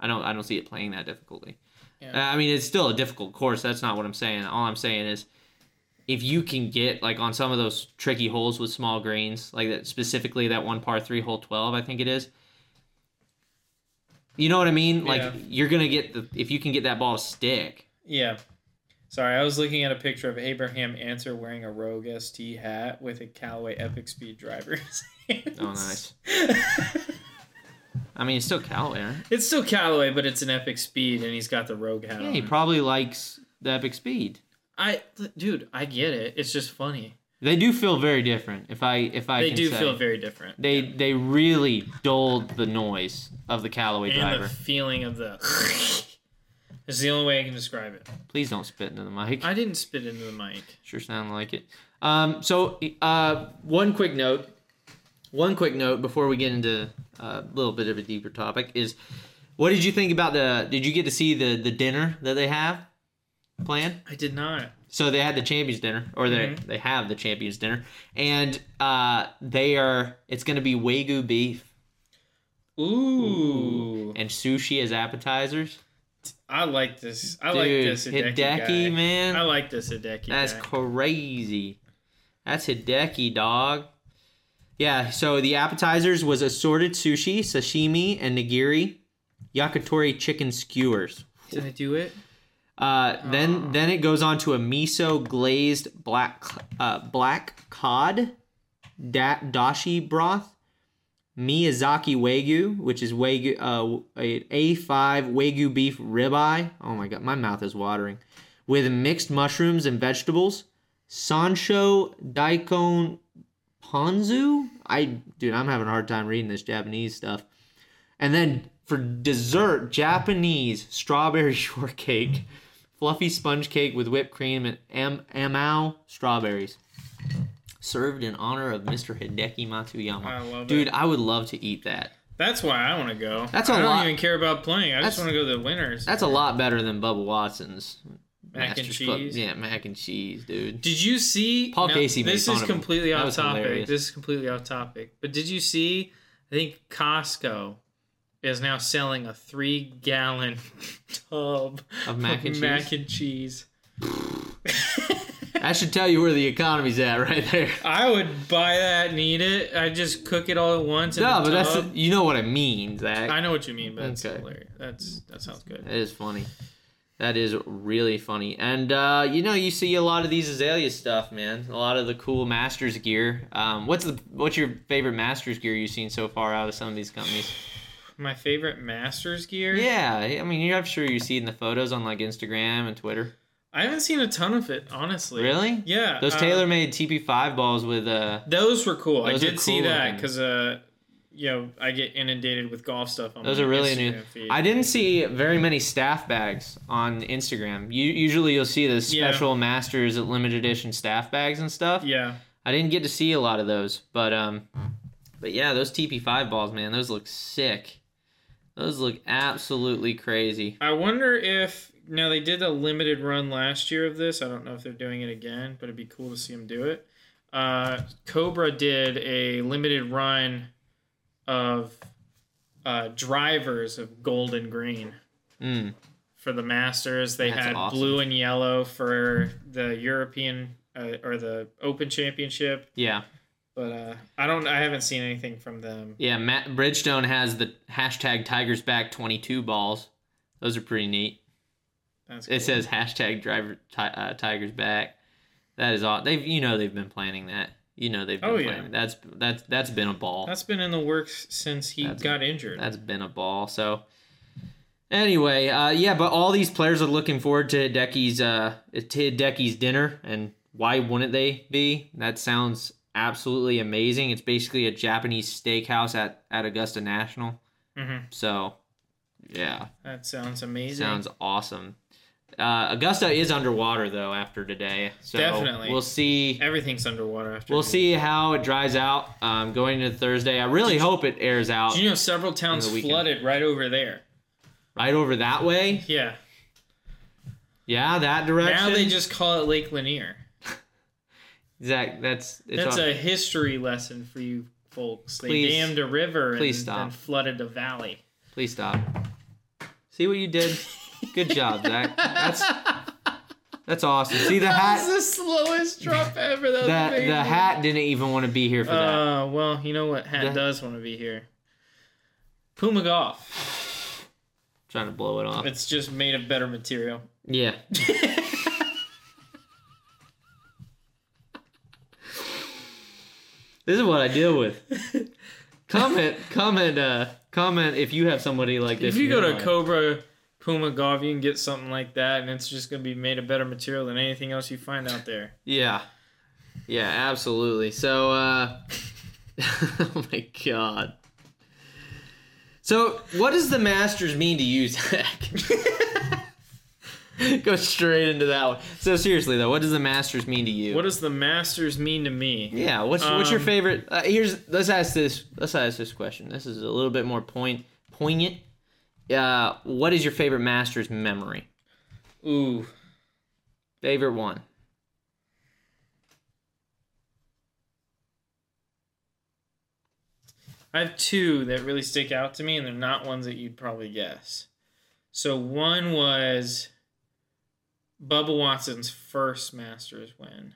Speaker 1: I don't I don't see it playing that difficultly.
Speaker 2: Yeah.
Speaker 1: I mean, it's still a difficult course. That's not what I'm saying. All I'm saying is, if you can get like on some of those tricky holes with small greens, like that specifically that one par three hole twelve, I think it is. You know what I mean? Like
Speaker 2: Yeah.
Speaker 1: you're gonna get the if you can get that ball to stick.
Speaker 2: Yeah. Sorry, I was looking at a picture of Abraham Answer wearing a Rogue ST hat with a Callaway Epic Speed driver. in his hands.
Speaker 1: Oh, nice. I mean, it's still Callaway. Right?
Speaker 2: It's still Callaway, but it's an Epic Speed, and he's got the Rogue hat
Speaker 1: Yeah,
Speaker 2: on.
Speaker 1: he probably likes the epic speed.
Speaker 2: I, dude, I get it. It's just funny.
Speaker 1: They do feel very different. If I if I
Speaker 2: They
Speaker 1: can
Speaker 2: do
Speaker 1: say.
Speaker 2: feel very different.
Speaker 1: they they really dulled the noise of the Callaway
Speaker 2: and
Speaker 1: driver.
Speaker 2: the feeling of the. is the only way I can describe it.
Speaker 1: Please don't spit into the mic.
Speaker 2: I didn't spit into the mic.
Speaker 1: Sure sound like it. Um, so uh, one quick note, one quick note before we get into a little bit of a deeper topic is, what did you think about the? Did you get to see the the dinner that they have planned?
Speaker 2: I did not.
Speaker 1: so they had the champions dinner or they
Speaker 2: Mm-hmm.
Speaker 1: they have the champions dinner and uh they are it's going to be wagyu beef
Speaker 2: Ooh,
Speaker 1: and sushi as appetizers
Speaker 2: I like this. I like
Speaker 1: dude
Speaker 2: this Hideki, guy.
Speaker 1: hideki man
Speaker 2: I like this Hideki.
Speaker 1: that's
Speaker 2: guy.
Speaker 1: crazy that's hideki dog yeah so the appetizers was assorted sushi sashimi and nigiri yakitori chicken skewers
Speaker 2: Did I do it?
Speaker 1: Uh, then then it goes on to a miso glazed black uh, black cod da- dashi broth Miyazaki Wagyu, which is Wagyu uh, a A5 Wagyu beef ribeye. Oh my god, my mouth is watering. With mixed mushrooms and vegetables. Sancho Daikon Ponzu. I dude, I'm having a hard time reading this Japanese stuff. And then for dessert, Japanese strawberry shortcake, fluffy sponge cake with whipped cream and am- amao strawberries. Served in honor of Mr. Hideki Matsuyama.
Speaker 2: I love
Speaker 1: Dude,
Speaker 2: it.
Speaker 1: I would love to eat that.
Speaker 2: That's why I want to go.
Speaker 1: That's
Speaker 2: I
Speaker 1: a
Speaker 2: I don't
Speaker 1: lot-
Speaker 2: even care about playing. I just
Speaker 1: That's-
Speaker 2: want to go to the winners.
Speaker 1: That's a lot better than Bubba Watson's
Speaker 2: Mac and
Speaker 1: Masters Club.
Speaker 2: cheese.
Speaker 1: Yeah, mac and cheese, dude.
Speaker 2: Did you see
Speaker 1: Paul
Speaker 2: now,
Speaker 1: Casey made
Speaker 2: This
Speaker 1: fun
Speaker 2: is
Speaker 1: of him.
Speaker 2: completely
Speaker 1: That
Speaker 2: off
Speaker 1: was
Speaker 2: topic.
Speaker 1: hilarious.
Speaker 2: This is completely off topic. But did you see? I think Costco is now selling a three-gallon tub
Speaker 1: Of mac and
Speaker 2: mac and cheese.
Speaker 1: I should tell you where the economy's at right there.
Speaker 2: I would buy that and eat it. I just cook it all at once. In
Speaker 1: No,
Speaker 2: the
Speaker 1: but that's
Speaker 2: tub.
Speaker 1: you know what I mean, Zach.
Speaker 2: I know what you mean, but that's
Speaker 1: Okay.
Speaker 2: hilarious. That's that sounds good.
Speaker 1: That is funny. That is really funny. And uh, you know, you see a lot of these Azalea stuff, man. A lot of the cool Masters gear. Um, what's the what's your favorite Masters gear you've seen so far out of some of these companies?
Speaker 2: My favorite Masters gear.
Speaker 1: Yeah, I mean, you're I'm sure you see it in the photos on like Instagram and Twitter.
Speaker 2: I haven't seen a ton of it, honestly.
Speaker 1: Really?
Speaker 2: Yeah.
Speaker 1: Those
Speaker 2: uh,
Speaker 1: TaylorMade TP5 balls with uh
Speaker 2: Those were cool. I
Speaker 1: Those are
Speaker 2: did see
Speaker 1: cool
Speaker 2: that
Speaker 1: looking.
Speaker 2: because uh, you know I get inundated with golf stuff. On
Speaker 1: Those
Speaker 2: my
Speaker 1: are really
Speaker 2: Instagram
Speaker 1: new.
Speaker 2: Feed.
Speaker 1: I didn't see very many staff bags on Instagram. You usually you'll see the
Speaker 2: Yeah.
Speaker 1: special Masters limited edition staff bags and stuff.
Speaker 2: yeah,
Speaker 1: I didn't get to see a lot of those, but um, but yeah, those TP5 balls, man, those look sick. Those look absolutely crazy.
Speaker 2: I wonder if now they did a limited run last year of this. I don't know if they're doing it again, but it'd be cool to see them do it. Uh, Cobra did a limited run of uh, drivers of gold and green.
Speaker 1: Mm.
Speaker 2: for the Masters. They
Speaker 1: That's
Speaker 2: had
Speaker 1: awesome.
Speaker 2: blue and yellow for the European uh, or the Open Championship.
Speaker 1: Yeah,
Speaker 2: But uh, I don't. I haven't seen anything from them.
Speaker 1: yeah. Matt Bridgestone has the hashtag Tigers Back 22 balls. Those are pretty neat.
Speaker 2: That's cool.
Speaker 1: It says hashtag Driver ti- uh, Tigers Back. That is all. They've you know they've been planning that. You know they've been
Speaker 2: Oh, yeah.
Speaker 1: planning. That's that's that's been a ball.
Speaker 2: that's been in the works since he
Speaker 1: That's-
Speaker 2: got injured.
Speaker 1: That's been a ball. So anyway, uh, yeah, but all these players are looking forward to Hideki's uh, to Hideki's dinner, and why wouldn't they be? That sounds absolutely amazing. It's basically a Japanese steakhouse at at Augusta National.
Speaker 2: Mhm.
Speaker 1: So yeah,
Speaker 2: That sounds amazing.
Speaker 1: sounds awesome. Uh, Augusta is underwater though after today, so
Speaker 2: Definitely.
Speaker 1: we'll see.
Speaker 2: Everything's underwater after.
Speaker 1: We'll
Speaker 2: this.
Speaker 1: see how it dries out um, going into Thursday. I really hope it airs out
Speaker 2: Did you know several towns
Speaker 1: the weekend.
Speaker 2: flooded right over there?
Speaker 1: right over that way.
Speaker 2: Yeah.
Speaker 1: Yeah, that direction.
Speaker 2: Now they just call it Lake Lanier.
Speaker 1: Zach. That's it's
Speaker 2: That's
Speaker 1: all-
Speaker 2: a history lesson for you folks. They
Speaker 1: Please-
Speaker 2: dammed a river
Speaker 1: please
Speaker 2: and,
Speaker 1: stop.
Speaker 2: and flooded a valley.
Speaker 1: please stop. See what you did. Good job, Zach. That's that's awesome. See the
Speaker 2: That's
Speaker 1: hat.
Speaker 2: the slowest drop ever. That, was
Speaker 1: That
Speaker 2: amazing.
Speaker 1: the hat didn't even want to be here for that.
Speaker 2: Uh, well, you know what? Hat
Speaker 1: That-
Speaker 2: does want to be here. Puma Golf.
Speaker 1: Trying to blow it off.
Speaker 2: It's just made of better material.
Speaker 1: Yeah. this is what I deal with. Comment, comment, uh, comment if you have somebody like this.
Speaker 2: If you
Speaker 1: in
Speaker 2: go
Speaker 1: your
Speaker 2: to
Speaker 1: life.
Speaker 2: Cobra Puma Golf, you can get something like that, and it's just gonna be made of better material than anything else you find out there.
Speaker 1: Yeah. Yeah, absolutely. So uh Oh my god. So what does the masters mean to you, Zach? Go straight into that one. So seriously though, what does the masters mean to you?
Speaker 2: What does the Masters mean to me?
Speaker 1: yeah, what's what's your
Speaker 2: Um,
Speaker 1: favorite uh, here's let's ask this let's ask this question. This is a little bit more point poignant. Uh what is your favorite masters memory?
Speaker 2: Ooh,
Speaker 1: Favorite one.
Speaker 2: I have two that really stick out to me, and they're not ones that you'd probably guess. So one was Bubba Watson's first Masters win.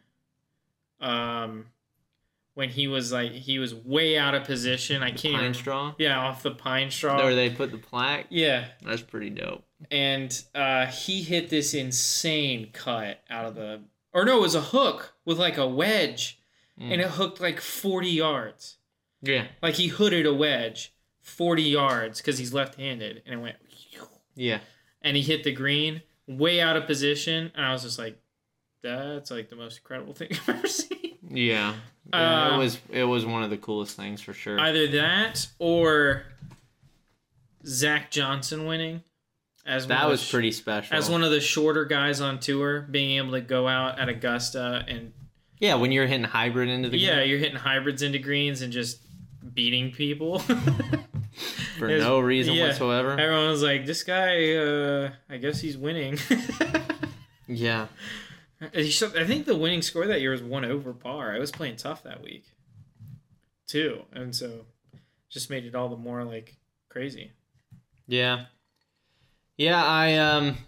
Speaker 2: Um, when he was like he was way out of position. I can't.
Speaker 1: Pine
Speaker 2: even-
Speaker 1: straw?
Speaker 2: Yeah, off the pine straw.
Speaker 1: Where they put the plaque?
Speaker 2: yeah,
Speaker 1: That's pretty dope.
Speaker 2: and uh, he hit this insane cut out of the,
Speaker 1: Mm.
Speaker 2: or no, it was a hook with like a wedge, and it hooked like forty yards.
Speaker 1: Yeah.
Speaker 2: Like he hooded a wedge 40 yards because he's left handed and it went
Speaker 1: Yeah.
Speaker 2: and he hit the green way out of position. And I was just like, that's like the most incredible thing I've ever seen.
Speaker 1: Yeah. Yeah,
Speaker 2: Uh,
Speaker 1: it was it was one of the coolest things for sure.
Speaker 2: Either that or Zach Johnson winning. As one
Speaker 1: that
Speaker 2: of
Speaker 1: was
Speaker 2: the-
Speaker 1: pretty special.
Speaker 2: As one of the shorter guys on tour, being able to go out at Augusta and
Speaker 1: yeah, when you're hitting hybrid into the
Speaker 2: yeah, you're hitting hybrids into greens and just beating people.
Speaker 1: game for
Speaker 2: it was-
Speaker 1: no reason
Speaker 2: yeah.
Speaker 1: whatsoever.
Speaker 2: Everyone was like, "This guy, uh, I guess he's winning."
Speaker 1: yeah.
Speaker 2: He shot- I think the winning score that year was one over par. I was playing tough that week, too, and so just made it all the more like crazy.
Speaker 1: Yeah. Yeah, I um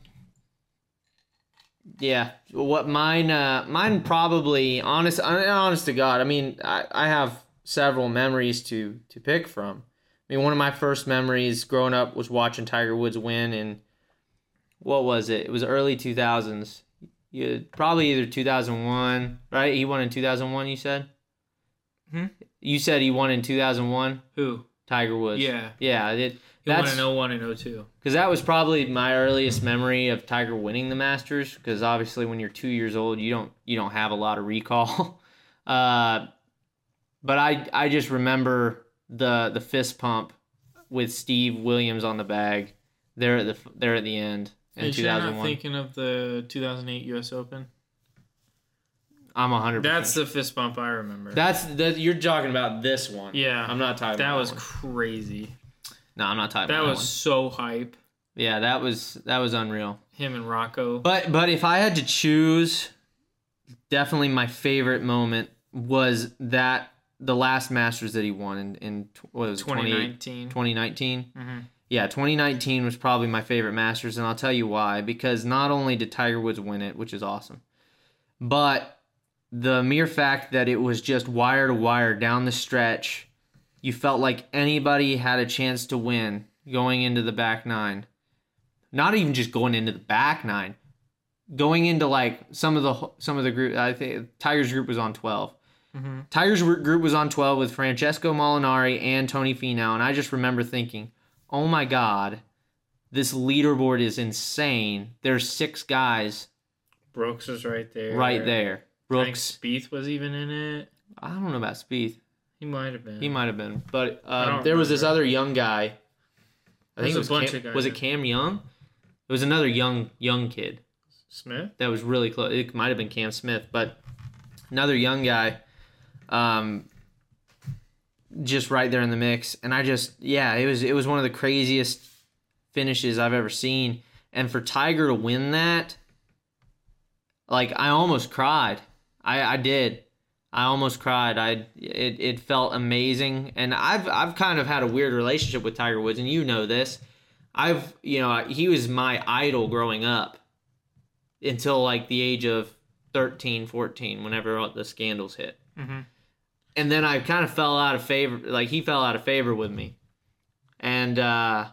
Speaker 1: Yeah, what mine uh mine probably honest I- honest to god. I mean, I I have several memories to to pick from. I mean, one of my first memories growing up was watching Tiger Woods win in what was it? It was early 2000s. Yeah, probably either 2001, right? He won in 2001, you said?
Speaker 2: Hmm?
Speaker 1: You said he won in 2001,
Speaker 2: Who?
Speaker 1: Tiger Woods.
Speaker 2: Yeah,
Speaker 1: Yeah, it,
Speaker 2: he won in 01 and 02.
Speaker 1: because that was probably my earliest memory of Tiger winning the Masters. Because obviously, when you're two years old, you don't you don't have a lot of recall. Uh, but I I just remember the the fist pump with Steve Williams on the bag there at the there at the end in
Speaker 2: Is she not
Speaker 1: 2001.
Speaker 2: thinking of the 2008 U.S. Open?
Speaker 1: I'm 100.
Speaker 2: That's the fist bump I remember.
Speaker 1: that's that you're talking about this one.
Speaker 2: Yeah.
Speaker 1: I'm not talking.
Speaker 2: that
Speaker 1: about
Speaker 2: was
Speaker 1: one.
Speaker 2: crazy.
Speaker 1: no, I'm not talking.
Speaker 2: That
Speaker 1: about
Speaker 2: was so hype.
Speaker 1: one. yeah, that was that was unreal.
Speaker 2: Him and Rocco.
Speaker 1: But but if I had to choose, definitely my favorite moment was that the last Masters that he won in in tw- what was it, 20,
Speaker 2: 2019.
Speaker 1: 2019.
Speaker 2: Mhm.
Speaker 1: Yeah, 2019 was probably my favorite Masters, and I'll tell you why. Because not only did Tiger Woods win it, which is awesome, but the mere fact that it was just wire to wire down the stretch, you felt like anybody had a chance to win going into the back nine. Not even just going into the back nine, going into like some of the some of the group. I think Tiger's group was on 12.
Speaker 2: Mhm.
Speaker 1: Tiger's group was on 12 with Francesco Molinari and Tony Finau, and I just remember thinking, "Oh my god, this leaderboard is insane. There's six guys
Speaker 2: Brooks was right there.
Speaker 1: right there.
Speaker 2: I think
Speaker 1: Brooks.
Speaker 2: Spieth was even in it.
Speaker 1: I don't know about Spieth.
Speaker 2: He might have been.
Speaker 1: He might have been, but
Speaker 2: I
Speaker 1: um,
Speaker 2: don't
Speaker 1: there was this
Speaker 2: remember.
Speaker 1: other young guy. I think
Speaker 2: There's
Speaker 1: it
Speaker 2: a
Speaker 1: was
Speaker 2: bunch
Speaker 1: Cam,
Speaker 2: of guys
Speaker 1: was it
Speaker 2: in-
Speaker 1: Cam Young? It was another young young kid.
Speaker 2: Smith.
Speaker 1: that was really close. It might have been Cam Smith, but another young guy, um, just right there in the mix. And I just, yeah, it was it was one of the craziest finishes I've ever seen. And for Tiger to win that, like I almost cried. I I did. I almost cried. I it, it felt amazing. And I've I've kind of had a weird relationship with Tiger Woods, and you know this. I've you know he was my idol growing up until like the age of 13 14 whenever all the scandals hit
Speaker 2: Mhm.
Speaker 1: Mm-hmm. and then i kind of fell out of favor like he fell out of favor with me and uh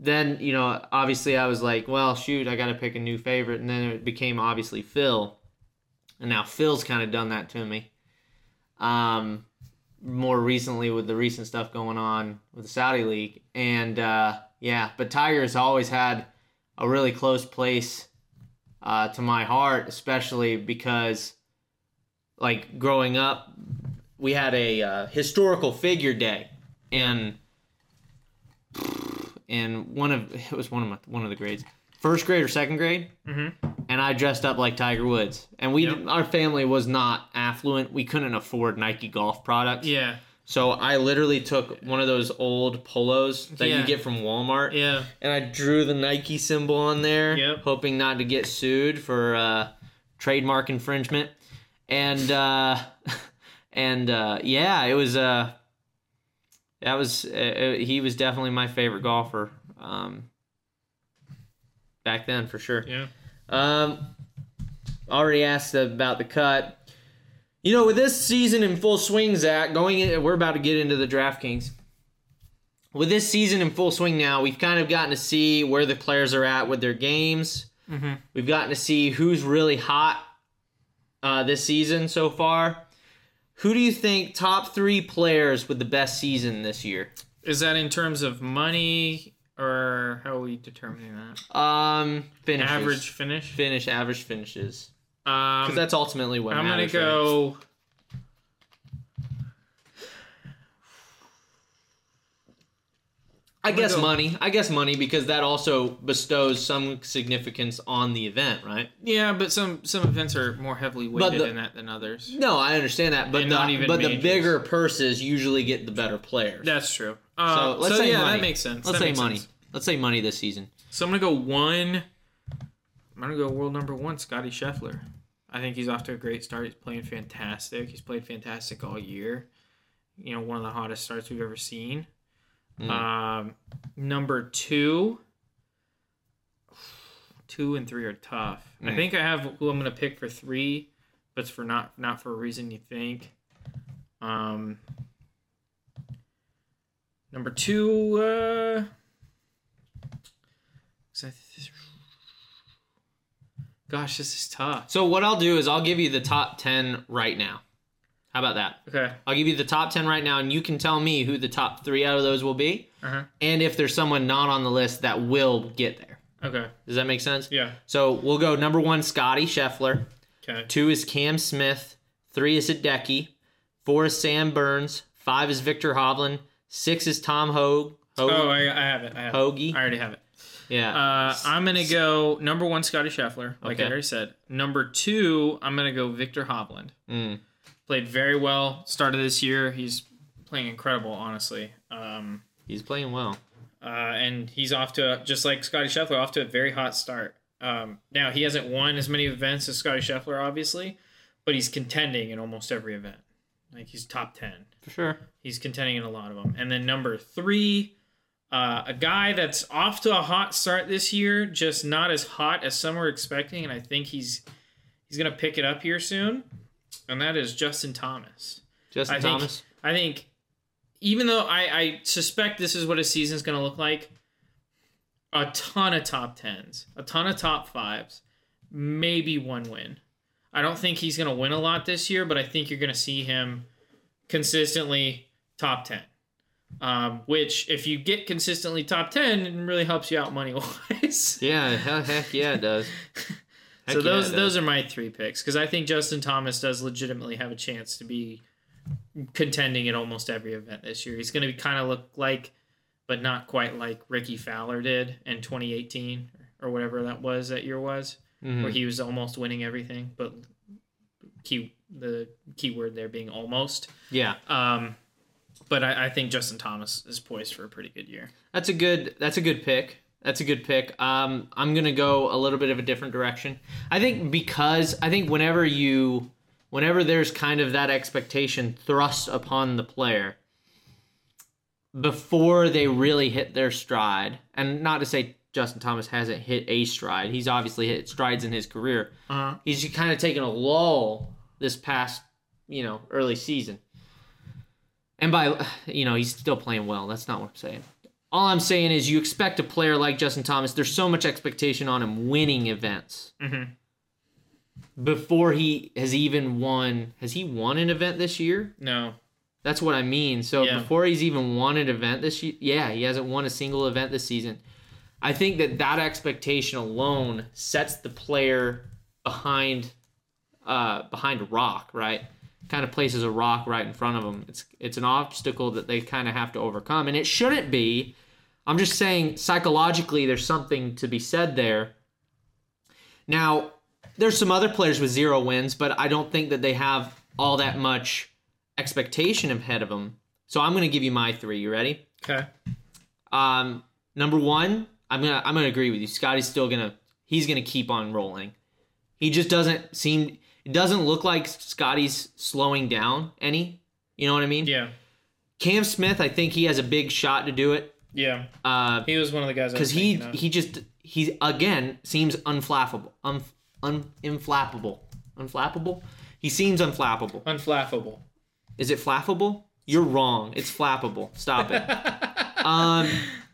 Speaker 1: then you know obviously i was like well shoot i gotta pick a new favorite and then it became obviously phil and now phil's kind of done that to me um more recently with the recent stuff going on with the saudi league and uh yeah but tiger's always had a really close place uh, to my heart, especially because, like, growing up, we had a uh, historical figure day in in one of it was one of my one of the grades, first grade or second grade,
Speaker 2: Mhm.
Speaker 1: and I dressed up like Tiger Woods, and we
Speaker 2: Yep.
Speaker 1: our family was not affluent, we couldn't afford Nike golf products,
Speaker 2: Yeah.
Speaker 1: so I literally took one of those old polos that
Speaker 2: Yeah.
Speaker 1: you get from Walmart,
Speaker 2: Yeah.
Speaker 1: and I drew the Nike symbol on there,
Speaker 2: Yep.
Speaker 1: hoping not to get sued for uh, trademark infringement. And uh, and uh, yeah, it was uh, that was uh, uh, he was definitely my favorite golfer um, back then for sure.
Speaker 2: Yeah.
Speaker 1: Um, already asked about the cut. You know, with this season in full swing, Zach, going in, we're about to get into the DraftKings. With this season in full swing now, we've kind of gotten to see where the players are at with their games.
Speaker 2: Mhm.
Speaker 1: We've gotten to see who's really hot uh, this season so far. Who do you think top three players with the best season this year?
Speaker 2: Is that in terms of money or how are we determining that?
Speaker 1: Um, finishes.
Speaker 2: Average finish.
Speaker 1: finish, average finishes, because
Speaker 2: Um,
Speaker 1: that's ultimately what
Speaker 2: I'm gonna
Speaker 1: matters, right?
Speaker 2: go.
Speaker 1: I guess
Speaker 2: go-
Speaker 1: money. I guess money because that also bestows some significance on the event, right?
Speaker 2: Yeah, but some some events are more heavily weighted
Speaker 1: the-
Speaker 2: in that than others.
Speaker 1: No, I understand that, but
Speaker 2: And
Speaker 1: the,
Speaker 2: not even
Speaker 1: but the
Speaker 2: majors.
Speaker 1: bigger purses usually get the better players.
Speaker 2: That's true. Um,
Speaker 1: so let's say
Speaker 2: yeah,
Speaker 1: money.
Speaker 2: that makes sense. That
Speaker 1: Let's say
Speaker 2: makes
Speaker 1: money.
Speaker 2: sense.
Speaker 1: Let's say money this season.
Speaker 2: So I'm gonna go one. I'm gonna go world number one, Scotty Scheffler. I think he's off to a great start. He's playing fantastic. He's played fantastic all year. You know, one of the hottest starts we've ever seen.
Speaker 1: Mm.
Speaker 2: Um, number two, two and three are tough. I
Speaker 1: Mm.
Speaker 2: think I have who I'm gonna pick for three, but it's for not not for a reason you think. Um, number two, uh, is that- gosh, this is tough.
Speaker 1: So what I'll do is I'll give you the top ten right now. How about that?
Speaker 2: Okay,
Speaker 1: I'll give you the top ten right now, and you can tell me who the top three out of those will be,
Speaker 2: uh-huh.
Speaker 1: and if there's someone not on the list that will get there.
Speaker 2: okay,
Speaker 1: Does that make sense?
Speaker 2: yeah,
Speaker 1: So we'll go number one, Scotty Scheffler.
Speaker 2: okay,
Speaker 1: Two is Cam Smith. Three is Hideki. Four is Sam Burns. Five is Victor Hovland. Six is Tom Hogue. Hogue.
Speaker 2: Oh, I, I have it. I have
Speaker 1: Hoagie?
Speaker 2: it. I already have it.
Speaker 1: yeah.
Speaker 2: Uh, I'm gonna go number one, Scotty Scheffler, like I
Speaker 1: Okay.
Speaker 2: already said. Number two, I'm gonna go Victor Hovland.
Speaker 1: Mm.
Speaker 2: Played very well. Started this year. He's playing incredible, honestly. Um,
Speaker 1: He's playing well.
Speaker 2: uh, and he's off to a, just like Scotty Scheffler, off to a very hot start. Um, now he hasn't won as many events as Scotty Scheffler, obviously, but he's contending in almost every event. Like he's top ten.
Speaker 1: For sure.
Speaker 2: He's contending in a lot of them. And then number three, uh, a guy that's off to a hot start this year, just not as hot as some were expecting, and I think he's he's gonna pick it up here soon. And that is Justin Thomas.
Speaker 1: Justin
Speaker 2: I think-
Speaker 1: Thomas.
Speaker 2: I think, even though I, I suspect this is what his season's going to look like, a ton of top tens, a ton of top fives, maybe one win. I don't think he's going to win a lot this year, but I think you're going to see him consistently top 10. Um, which, if you get consistently top 10, it really helps you out money wise.
Speaker 1: yeah. Hell, heck yeah, it does. Heck
Speaker 2: so
Speaker 1: yeah,
Speaker 2: those
Speaker 1: it does.
Speaker 2: those are my three picks because I think Justin Thomas does legitimately have a chance to be contending in almost every event this year. He's going to be kind of look like, but not quite like Ricky Fowler did in 2018 or whatever that was that year was, where
Speaker 1: Mhm.
Speaker 2: he was almost winning everything. But key the key word there being almost.
Speaker 1: Yeah.
Speaker 2: Um, but I, I think Justin Thomas is poised for a pretty good year.
Speaker 1: That's a good. That's a good pick. That's a good pick. Um, I'm gonna go a little bit of a different direction. I think because I think whenever you, whenever there's kind of that expectation thrust upon the player before they really hit their stride, and not to say Justin Thomas hasn't hit a stride. He's obviously hit strides in his career.
Speaker 2: Uh,
Speaker 1: He's just kind of taken a lull this past, you know, early season. And by, you know, he's still playing well. That's not what I'm saying. All I'm saying is you expect a player like Justin Thomas, there's so much expectation on him winning events.
Speaker 2: Mhm.
Speaker 1: Before he has even won, has he won an event this year?
Speaker 2: no,
Speaker 1: That's what I mean. So
Speaker 2: Yeah.
Speaker 1: before he's even won an event this year, yeah, he hasn't won a single event this season. I think that that expectation alone sets the player behind uh, behind a rock, right? Kind of places a rock right in front of them. It's it's an obstacle that they kind of have to overcome, and it shouldn't be. I'm just saying psychologically, there's something to be said there. Now, there's some other players with zero wins, but I don't think that they have all that much expectation ahead of them. So I'm going to give you my three. You ready?
Speaker 2: okay,
Speaker 1: Um, number one, I'm gonna I'm gonna agree with you. Scotty's still gonna he's gonna keep on rolling. He just doesn't seem it doesn't look like Scotty's slowing down any. You know what I mean?
Speaker 2: yeah,
Speaker 1: Cam Smith, I think he has a big shot to do it
Speaker 2: yeah.
Speaker 1: because
Speaker 2: He was one of the guys because
Speaker 1: he he just he again seems unflappable, um, un, inflappable, unflappable. He seems unflappable.
Speaker 2: unflappable.
Speaker 1: Is it flappable? You're wrong. It's flappable. Stop it. um,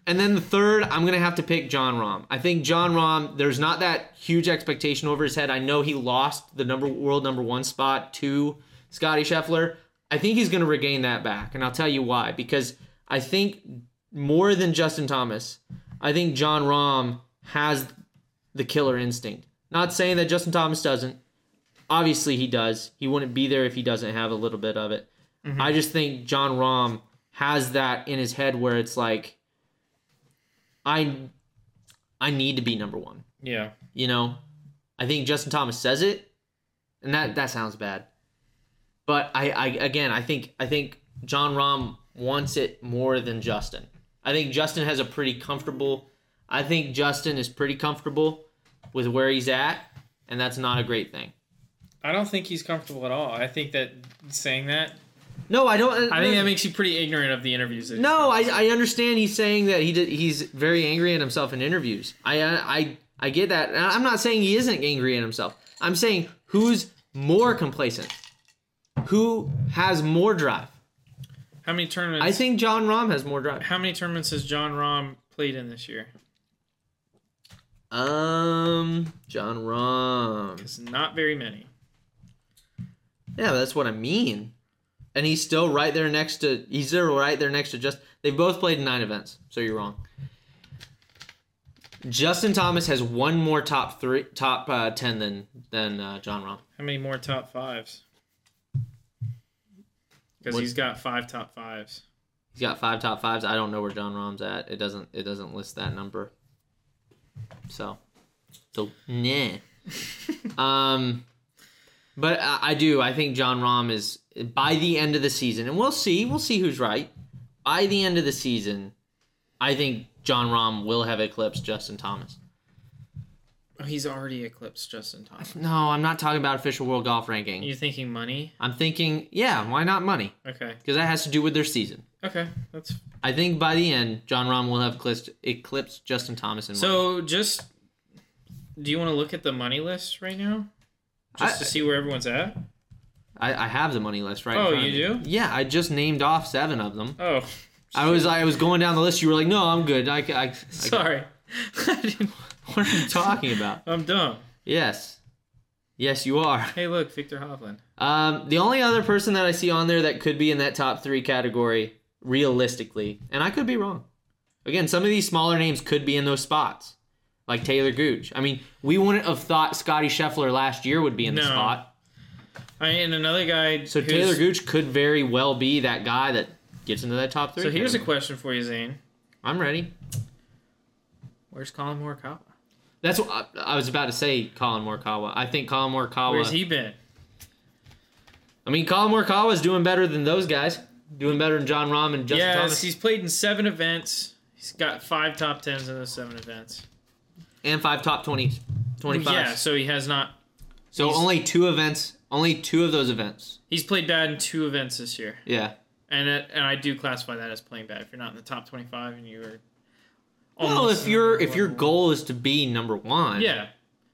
Speaker 1: and then the third, I'm gonna have to pick John Rom. I think John Rom. There's not that huge expectation over his head. I know he lost the number world number one spot to Scotty Scheffler. I think he's going to regain that back, and I'll tell you why. Because I think more than Justin Thomas, I think John Rahm has the killer instinct. Not saying that Justin Thomas doesn't. Obviously, he does. He wouldn't be there if he doesn't have a little bit of it. I just think John Rahm has that in his head where it's like, I, I need to be number one.
Speaker 2: Yeah.
Speaker 1: You know, I think Justin Thomas says it, and that that sounds bad. But I, I again, I think I think John Rahm wants it more than Justin. I think Justin has a pretty comfortable. I think Justin is pretty comfortable with where he's at, and that's not a great thing.
Speaker 2: I don't think he's comfortable at all. I think that saying that,
Speaker 1: No, I don't.
Speaker 2: I think that makes you pretty ignorant of the interviews. that-
Speaker 1: No, I, I understand he's saying that he did, he's very angry at himself in interviews. I I I get that. And I'm not saying he isn't angry at himself. I'm saying who's more complacent? Who has more drive?
Speaker 2: How many tournaments?
Speaker 1: I think John Rahm has more drive.
Speaker 2: How many tournaments has John Rahm played in this year?
Speaker 1: Um, John Rahm.
Speaker 2: It's not very many.
Speaker 1: Yeah, that's what I mean. And he's still right there next to. He's there right there next to just. They've both played in nine events, so you're wrong. Justin Thomas has one more top three, top uh, ten than than uh, John Rahm.
Speaker 2: How many more top fives? Because
Speaker 1: What-
Speaker 2: he's got five top fives.
Speaker 1: He's got five top fives. I don't know where John Rahm's at. It doesn't. It doesn't list that number. So, so nah. um, but I, I do. I think John Rahm is by the end of the season, and we'll see. We'll see who's right. By the end of the season, I think John Rahm will have eclipsed Justin Thomas.
Speaker 2: Oh, he's already eclipsed Justin Thomas.
Speaker 1: No, I'm not talking about official world golf ranking.
Speaker 2: You thinking money?
Speaker 1: I'm thinking, yeah, why not money?
Speaker 2: Okay.
Speaker 1: Because that has to do with their season.
Speaker 2: Okay. That's
Speaker 1: I think by the end, John Rahm will have eclipsed, eclipsed Justin Thomas in money.
Speaker 2: so. Just do you want to look at the money list right now, just
Speaker 1: I-
Speaker 2: to see where everyone's at?
Speaker 1: I, I have the money list right. in
Speaker 2: Oh,
Speaker 1: front of
Speaker 2: you
Speaker 1: me. Yeah, I just named off seven of them.
Speaker 2: Oh,
Speaker 1: I was I was going down the list. You were like, "No, I'm good." I, ca- I, I ca-
Speaker 2: sorry. I didn't-
Speaker 1: What are you talking about?
Speaker 2: I'm dumb.
Speaker 1: Yes, yes, you are.
Speaker 2: Hey, look, Victor Hovland.
Speaker 1: Um, the only other person that I see on there that could be in that top three category, realistically, and I could be wrong. Again, some of these smaller names could be in those spots, like Taylor Gooch. I mean, we wouldn't have thought Scotty Scheffler last year would be in the
Speaker 2: No.
Speaker 1: spot.
Speaker 2: I mean, and another guy.
Speaker 1: So Taylor Gooch could very well be that guy that gets into that top three.
Speaker 2: So here's a
Speaker 1: category.
Speaker 2: question for you, Zane.
Speaker 1: I'm ready.
Speaker 2: Where's Colin Morikawa?
Speaker 1: That's what I, I was about to say. Colin Morikawa. I think Colin Morikawa.
Speaker 2: Where's he been?
Speaker 1: I mean, Colin Morikawa is doing better than those guys. Doing better than John Rahm and Justin
Speaker 2: yes,
Speaker 1: Thomas
Speaker 2: he's played in seven events. He's got five top tens in those seven events.
Speaker 1: and five top twenties, twenty five.
Speaker 2: Yeah, so he has not.
Speaker 1: so
Speaker 2: he's-
Speaker 1: only two events. Only two of those events.
Speaker 2: He's played bad in two events this year,
Speaker 1: Yeah.
Speaker 2: and it, and I do classify that as playing bad. If you're not in the top twenty-five and you are.
Speaker 1: Well,
Speaker 2: almost
Speaker 1: if your
Speaker 2: number
Speaker 1: if your
Speaker 2: one.
Speaker 1: goal is to be number one,
Speaker 2: Oh, uh, Yeah.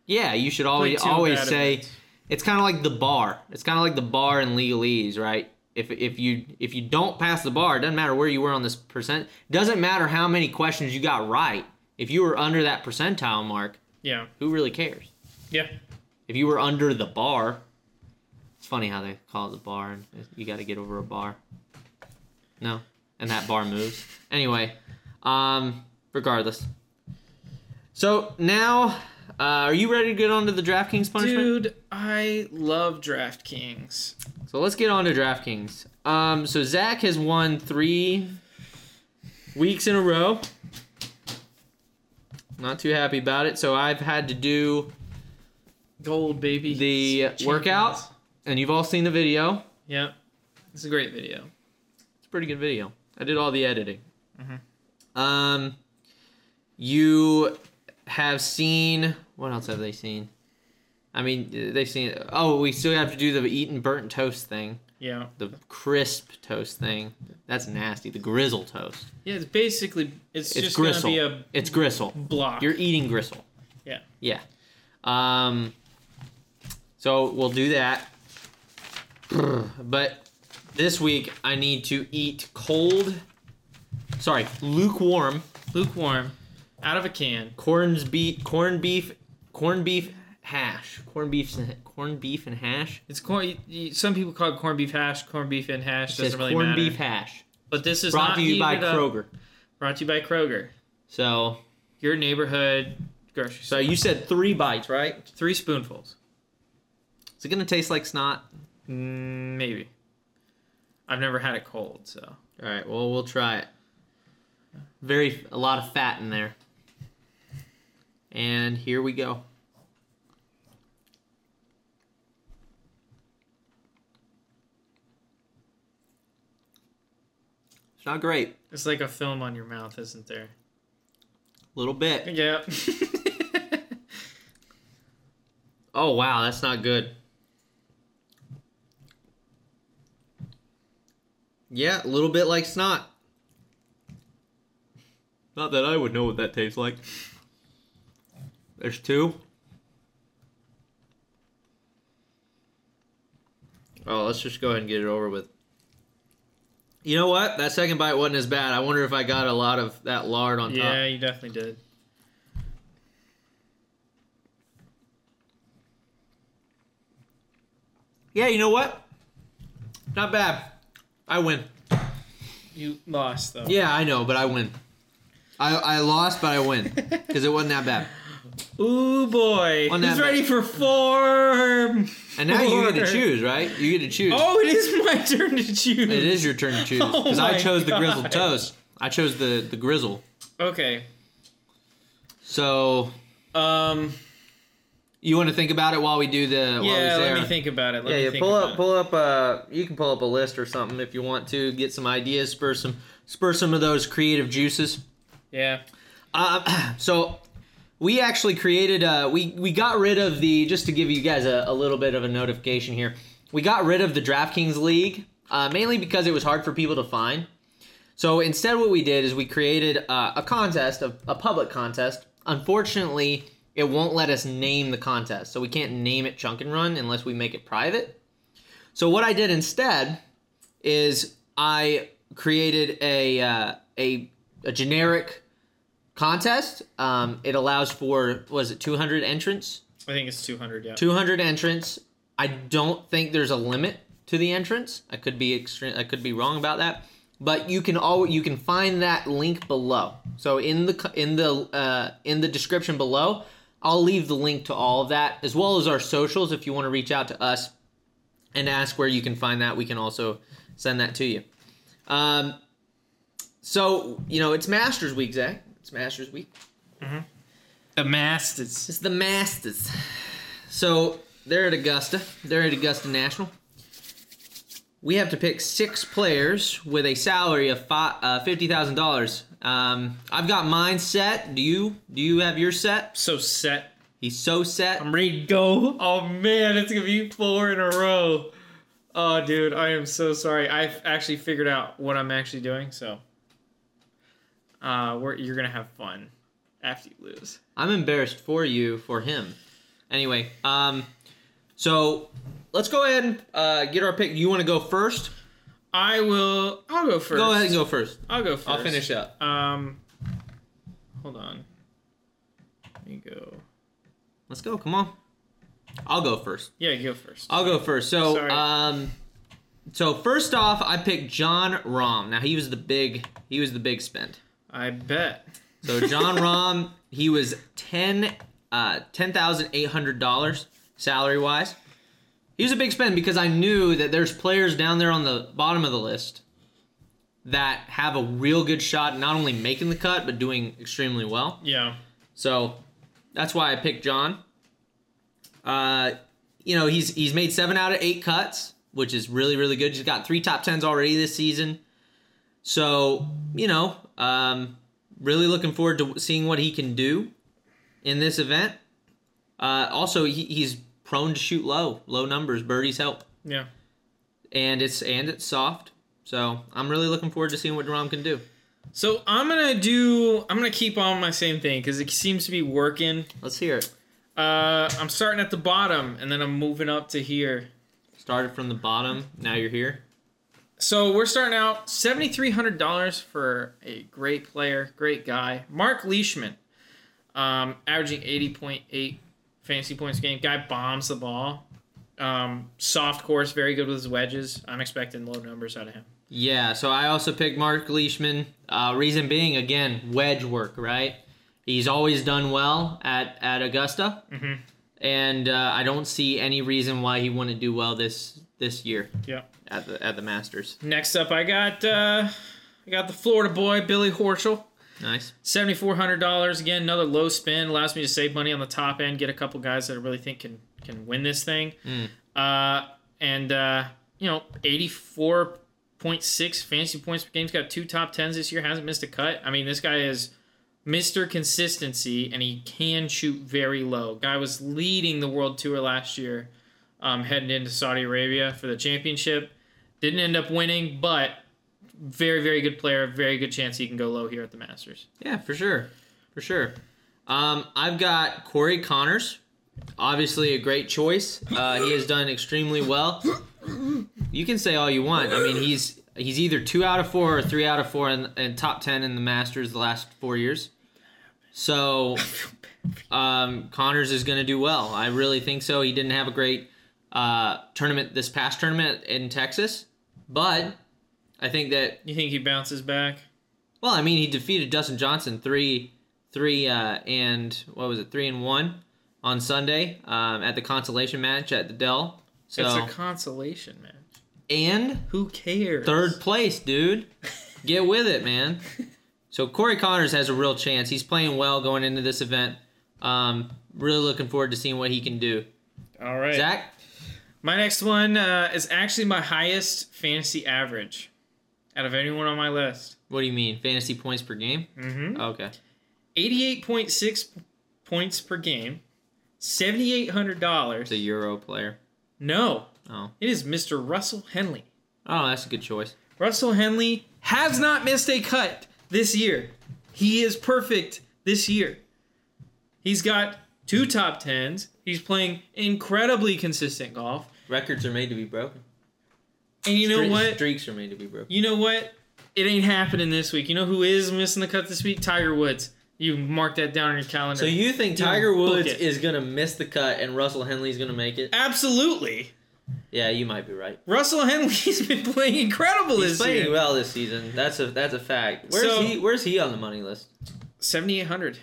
Speaker 1: yeah, you should
Speaker 2: played
Speaker 1: always
Speaker 2: two
Speaker 1: always
Speaker 2: bad
Speaker 1: say
Speaker 2: events.
Speaker 1: it's kind of like the bar. It's kind of like the bar in legalese, right? If if you if you don't pass the bar, it doesn't matter where you were on this percent. Doesn't matter how many questions you got right. If you were under that percentile mark,
Speaker 2: Yeah.
Speaker 1: who really cares?
Speaker 2: Yeah.
Speaker 1: If you were under the bar, it's funny how they call it the bar, and you got to get over a bar. No, and that bar moves. Anyway, um, regardless. So now, uh, are you ready to get onto the DraftKings punishment?
Speaker 2: Dude, I love DraftKings.
Speaker 1: So let's get on to DraftKings. Um, so Zach has won three weeks in a row. Not too happy about it. So I've had to do,
Speaker 2: Gold, baby.
Speaker 1: The
Speaker 2: Champions.
Speaker 1: workout? and you've all seen the video.
Speaker 2: Yep. It's a great video.
Speaker 1: It's a pretty good video. I did all the editing. Um, you have seen what else have they seen? I mean, they've seen. Oh, we still have to do the eaten burnt toast thing,
Speaker 2: Yeah.
Speaker 1: the crisp toast thing. That's nasty. The grizzle toast.
Speaker 2: Yeah, it's basically it's,
Speaker 1: It's
Speaker 2: just
Speaker 1: gristle.
Speaker 2: gonna be a
Speaker 1: It's gristle.
Speaker 2: block.
Speaker 1: You're e- eating gristle.
Speaker 2: Yeah.
Speaker 1: Yeah. Um. So we'll do that. But this week I need to eat cold. Sorry, lukewarm
Speaker 2: lukewarm, out of a can.
Speaker 1: corns beef, corned beef, corned beef hash, corned beef, corned beef and hash.
Speaker 2: It's corn. y- y- Some people call it corned beef hash, corned beef and hash.
Speaker 1: It
Speaker 2: Doesn't
Speaker 1: says
Speaker 2: really
Speaker 1: corned
Speaker 2: matter.
Speaker 1: beef hash.
Speaker 2: but this is
Speaker 1: Brought
Speaker 2: not
Speaker 1: to you by
Speaker 2: heated up-
Speaker 1: Kroger.
Speaker 2: Brought to you by Kroger,
Speaker 1: So,
Speaker 2: your neighborhood grocery store.
Speaker 1: so you said three bites, right?
Speaker 2: Three spoonfuls,
Speaker 1: Is it gonna taste like snot?
Speaker 2: Mm, maybe. I've never had it cold, so
Speaker 1: All right. Well, we'll try it. Very a lot of fat in there. And here we go. It's not great.
Speaker 2: it's like a film on your mouth, isn't there?
Speaker 1: Little bit.
Speaker 2: Yeah.
Speaker 1: Oh wow, that's not good. Yeah, a little bit like snot. Not that I would know what that tastes like. There's two. Oh, let's just go ahead and get it over with. You know what? That second bite wasn't as bad. I wonder if I got a lot of that lard on top.
Speaker 2: yeah, you definitely did.
Speaker 1: Yeah, you know what? Not bad. I win.
Speaker 2: You lost though.
Speaker 1: Yeah, I know, but I win. I, I lost, but I win because it wasn't that bad.
Speaker 2: Ooh boy.
Speaker 1: On
Speaker 2: He's
Speaker 1: that
Speaker 2: ready for four.
Speaker 1: And now you get
Speaker 2: more.
Speaker 1: to choose, right? You get to choose.
Speaker 2: Oh, it is my turn to choose.
Speaker 1: It is your turn to choose
Speaker 2: Oh
Speaker 1: because I
Speaker 2: my
Speaker 1: chose the grizzled
Speaker 2: God.
Speaker 1: toast. I chose the the grizzle.
Speaker 2: Okay.
Speaker 1: So
Speaker 2: Um.
Speaker 1: you want to think about it while we do the. while
Speaker 2: Yeah.
Speaker 1: we say
Speaker 2: Let me
Speaker 1: our-
Speaker 2: think about it. Let
Speaker 1: Yeah,
Speaker 2: me
Speaker 1: you
Speaker 2: think
Speaker 1: pull
Speaker 2: about
Speaker 1: up,
Speaker 2: it.
Speaker 1: pull up. Uh, you can pull up a list or something if you want to get some ideas, spur some, spur some of those creative juices.
Speaker 2: Yeah.
Speaker 1: Uh, so we actually created uh, we we got rid of the just to give you guys a, a little bit of a notification here we got rid of the draftkings league uh, mainly because it was hard for people to find so instead what we did is we created uh, a contest a, a public contest unfortunately it won't let us name the contest so we can't name it chunk and run unless we make it private so what i did instead is i created a uh, a, a generic contest. Um, it allows for was it 200 entrants?
Speaker 2: I think it's 200. Yeah.
Speaker 1: 200 entrants. I don't think there's a limit to the entrants. I could be extreme. I could be wrong about that. But you can always you can find that link below. So in the co- in the uh, in the description below, I'll leave the link to all of that as well as our socials. If you want to reach out to us and ask where you can find that, we can also send that to you. Um, so you know it's Masters Week, Zach. It's Masters Week.
Speaker 2: The Masters.
Speaker 1: It's the Masters. So they're at Augusta. They're at Augusta National. We have to pick six players with a salary of fi uh, fifty thousand dollars. um, I've got mine set. Do you? Do you have your set?
Speaker 2: So set.
Speaker 1: He's so set.
Speaker 2: I'm ready to go. Oh man, it's gonna be four in a row. Oh dude, I am so sorry. I've actually figured out what I'm actually doing. So, uh, we're, you're gonna have fun after you lose.
Speaker 1: I'm embarrassed for you for him. Anyway, um, so let's go ahead and uh, get our pick. You want to go first?
Speaker 2: I will. I'll go first.
Speaker 1: Go ahead and go first.
Speaker 2: I'll go 1st
Speaker 1: I'll finish up.
Speaker 2: Um, hold on. Let me go.
Speaker 1: Let's go. Come on. I'll go first.
Speaker 2: Yeah, you go first.
Speaker 1: I'll go first. So,
Speaker 2: Sorry.
Speaker 1: um, so first off, I picked John Rahm. Now he was the big, he was the big spend.
Speaker 2: I bet.
Speaker 1: So John Rahm, he was ten, uh, ten thousand eight hundred dollars salary wise. He was a big spend because I knew that there's players down there on the bottom of the list that have a real good shot, at not only making the cut but doing extremely well.
Speaker 2: Yeah.
Speaker 1: So that's why I picked John. Uh, you know, he's he's made seven out of eight cuts, which is really really good. He's got three top tens already this season. So you know, um, really looking forward to seeing what he can do in this event. Uh, also, he, he's prone to shoot low, low numbers. Birdies help,
Speaker 2: Yeah.
Speaker 1: and it's and it's soft. So I'm really looking forward to seeing what Drum can do.
Speaker 2: So I'm gonna do. I'm gonna keep on my same thing because it seems to be working.
Speaker 1: Let's hear it.
Speaker 2: Uh, I'm starting at the bottom and then I'm moving up to here.
Speaker 1: Started from the bottom. Now you're here.
Speaker 2: So we're starting out seventy three hundred dollars for a great player, great guy, Mark Leishman, um, averaging eighty point eight fantasy points game. Guy bombs the ball. Um, soft course, very good with his wedges. I'm expecting low numbers out of him.
Speaker 1: Yeah, so I also picked Mark Leishman. Uh, reason being, again, wedge work, right? He's always done well at, at Augusta,
Speaker 2: Mm-hmm.
Speaker 1: and uh, I don't see any reason why he wouldn't do well this this year
Speaker 2: Yeah.
Speaker 1: at the at the Masters.
Speaker 2: Next up, I got uh, I got the Florida boy Billy Horschel.
Speaker 1: Nice.
Speaker 2: Seventy four hundred dollars again, another low spin allows me to save money on the top end, get a couple guys that I really think can can win this thing. Uh, and uh, you know, eighty four point six fantasy points per game's got two top tens this year, hasn't missed a cut. I mean, this guy is Mr. Consistency, and he can shoot very low. Guy was leading the world tour last year, um, heading into Saudi Arabia for the championship. Didn't end up winning, but very, very good player. Very good chance he can go low here at the Masters.
Speaker 1: Yeah, for sure. For sure. Um, I've got Corey Connors. Obviously, a great choice. Uh, he has done extremely well. You can say all you want. I mean, he's he's either two out of four or three out of four and in, in top ten in the Masters the last four years. So um, Connors is going to do well. I really think so. He didn't have a great uh, tournament this past tournament in Texas, but I think that
Speaker 2: You think he bounces back?
Speaker 1: well, I mean, he defeated Dustin Johnson three, three uh, and what was it, three and one on Sunday um, at the consolation match at the Dell. So
Speaker 2: It's a consolation match.
Speaker 1: and
Speaker 2: Who cares?
Speaker 1: third place, dude. Get with it, man. So Corey Connors has a real chance. He's playing well going into this event. Um, really looking forward to seeing what he can do.
Speaker 2: All right.
Speaker 1: Zach,
Speaker 2: My next one uh, is actually my highest fantasy average out of anyone on my list.
Speaker 1: what do you mean fantasy points per game?
Speaker 2: Mm-hmm.
Speaker 1: Okay,
Speaker 2: 88.6 p- points per game, $7,800.
Speaker 1: it's a Euro player.
Speaker 2: No,
Speaker 1: Oh,
Speaker 2: it is Mr. Russell Henley.
Speaker 1: oh, that's a good choice.
Speaker 2: Russell Henley has not missed a cut this year. He is perfect this year. He's got two top tens. He's playing incredibly consistent golf.
Speaker 1: Records are made to be broken.
Speaker 2: And you know
Speaker 1: Stre-
Speaker 2: what?
Speaker 1: Streaks are made to be broken.
Speaker 2: You know what? It ain't happening this week. You know who is missing the cut this week? Tiger Woods. You mark that down on your calendar.
Speaker 1: So you think
Speaker 2: Yeah,
Speaker 1: Tiger
Speaker 2: book
Speaker 1: Woods
Speaker 2: it.
Speaker 1: is gonna miss the cut and Russell Henley's gonna make it?
Speaker 2: Absolutely.
Speaker 1: Yeah, you might be right.
Speaker 2: Russell Henley's been playing incredible
Speaker 1: He's
Speaker 2: this
Speaker 1: playing
Speaker 2: year.
Speaker 1: well this season. That's a that's a fact. Where's
Speaker 2: So-
Speaker 1: he? Where's he on the money list?
Speaker 2: 7800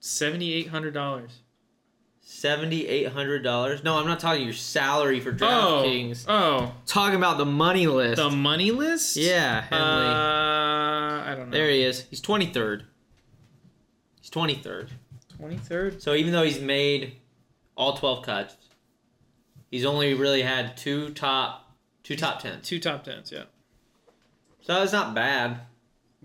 Speaker 2: $7,800.
Speaker 1: Seventy eight hundred dollars. No, I'm not talking your salary for
Speaker 2: Oh.
Speaker 1: DraftKings.
Speaker 2: Oh.
Speaker 1: Talking about the money list.
Speaker 2: The money list?
Speaker 1: yeah,
Speaker 2: Uh,
Speaker 1: Henley.
Speaker 2: I don't know.
Speaker 1: there he is. He's twenty third. He's twenty third.
Speaker 2: 23rd.
Speaker 1: So even though he's made all twelve cuts, he's only really had two top two top tens.
Speaker 2: Two top tens, yeah.
Speaker 1: So that's not bad.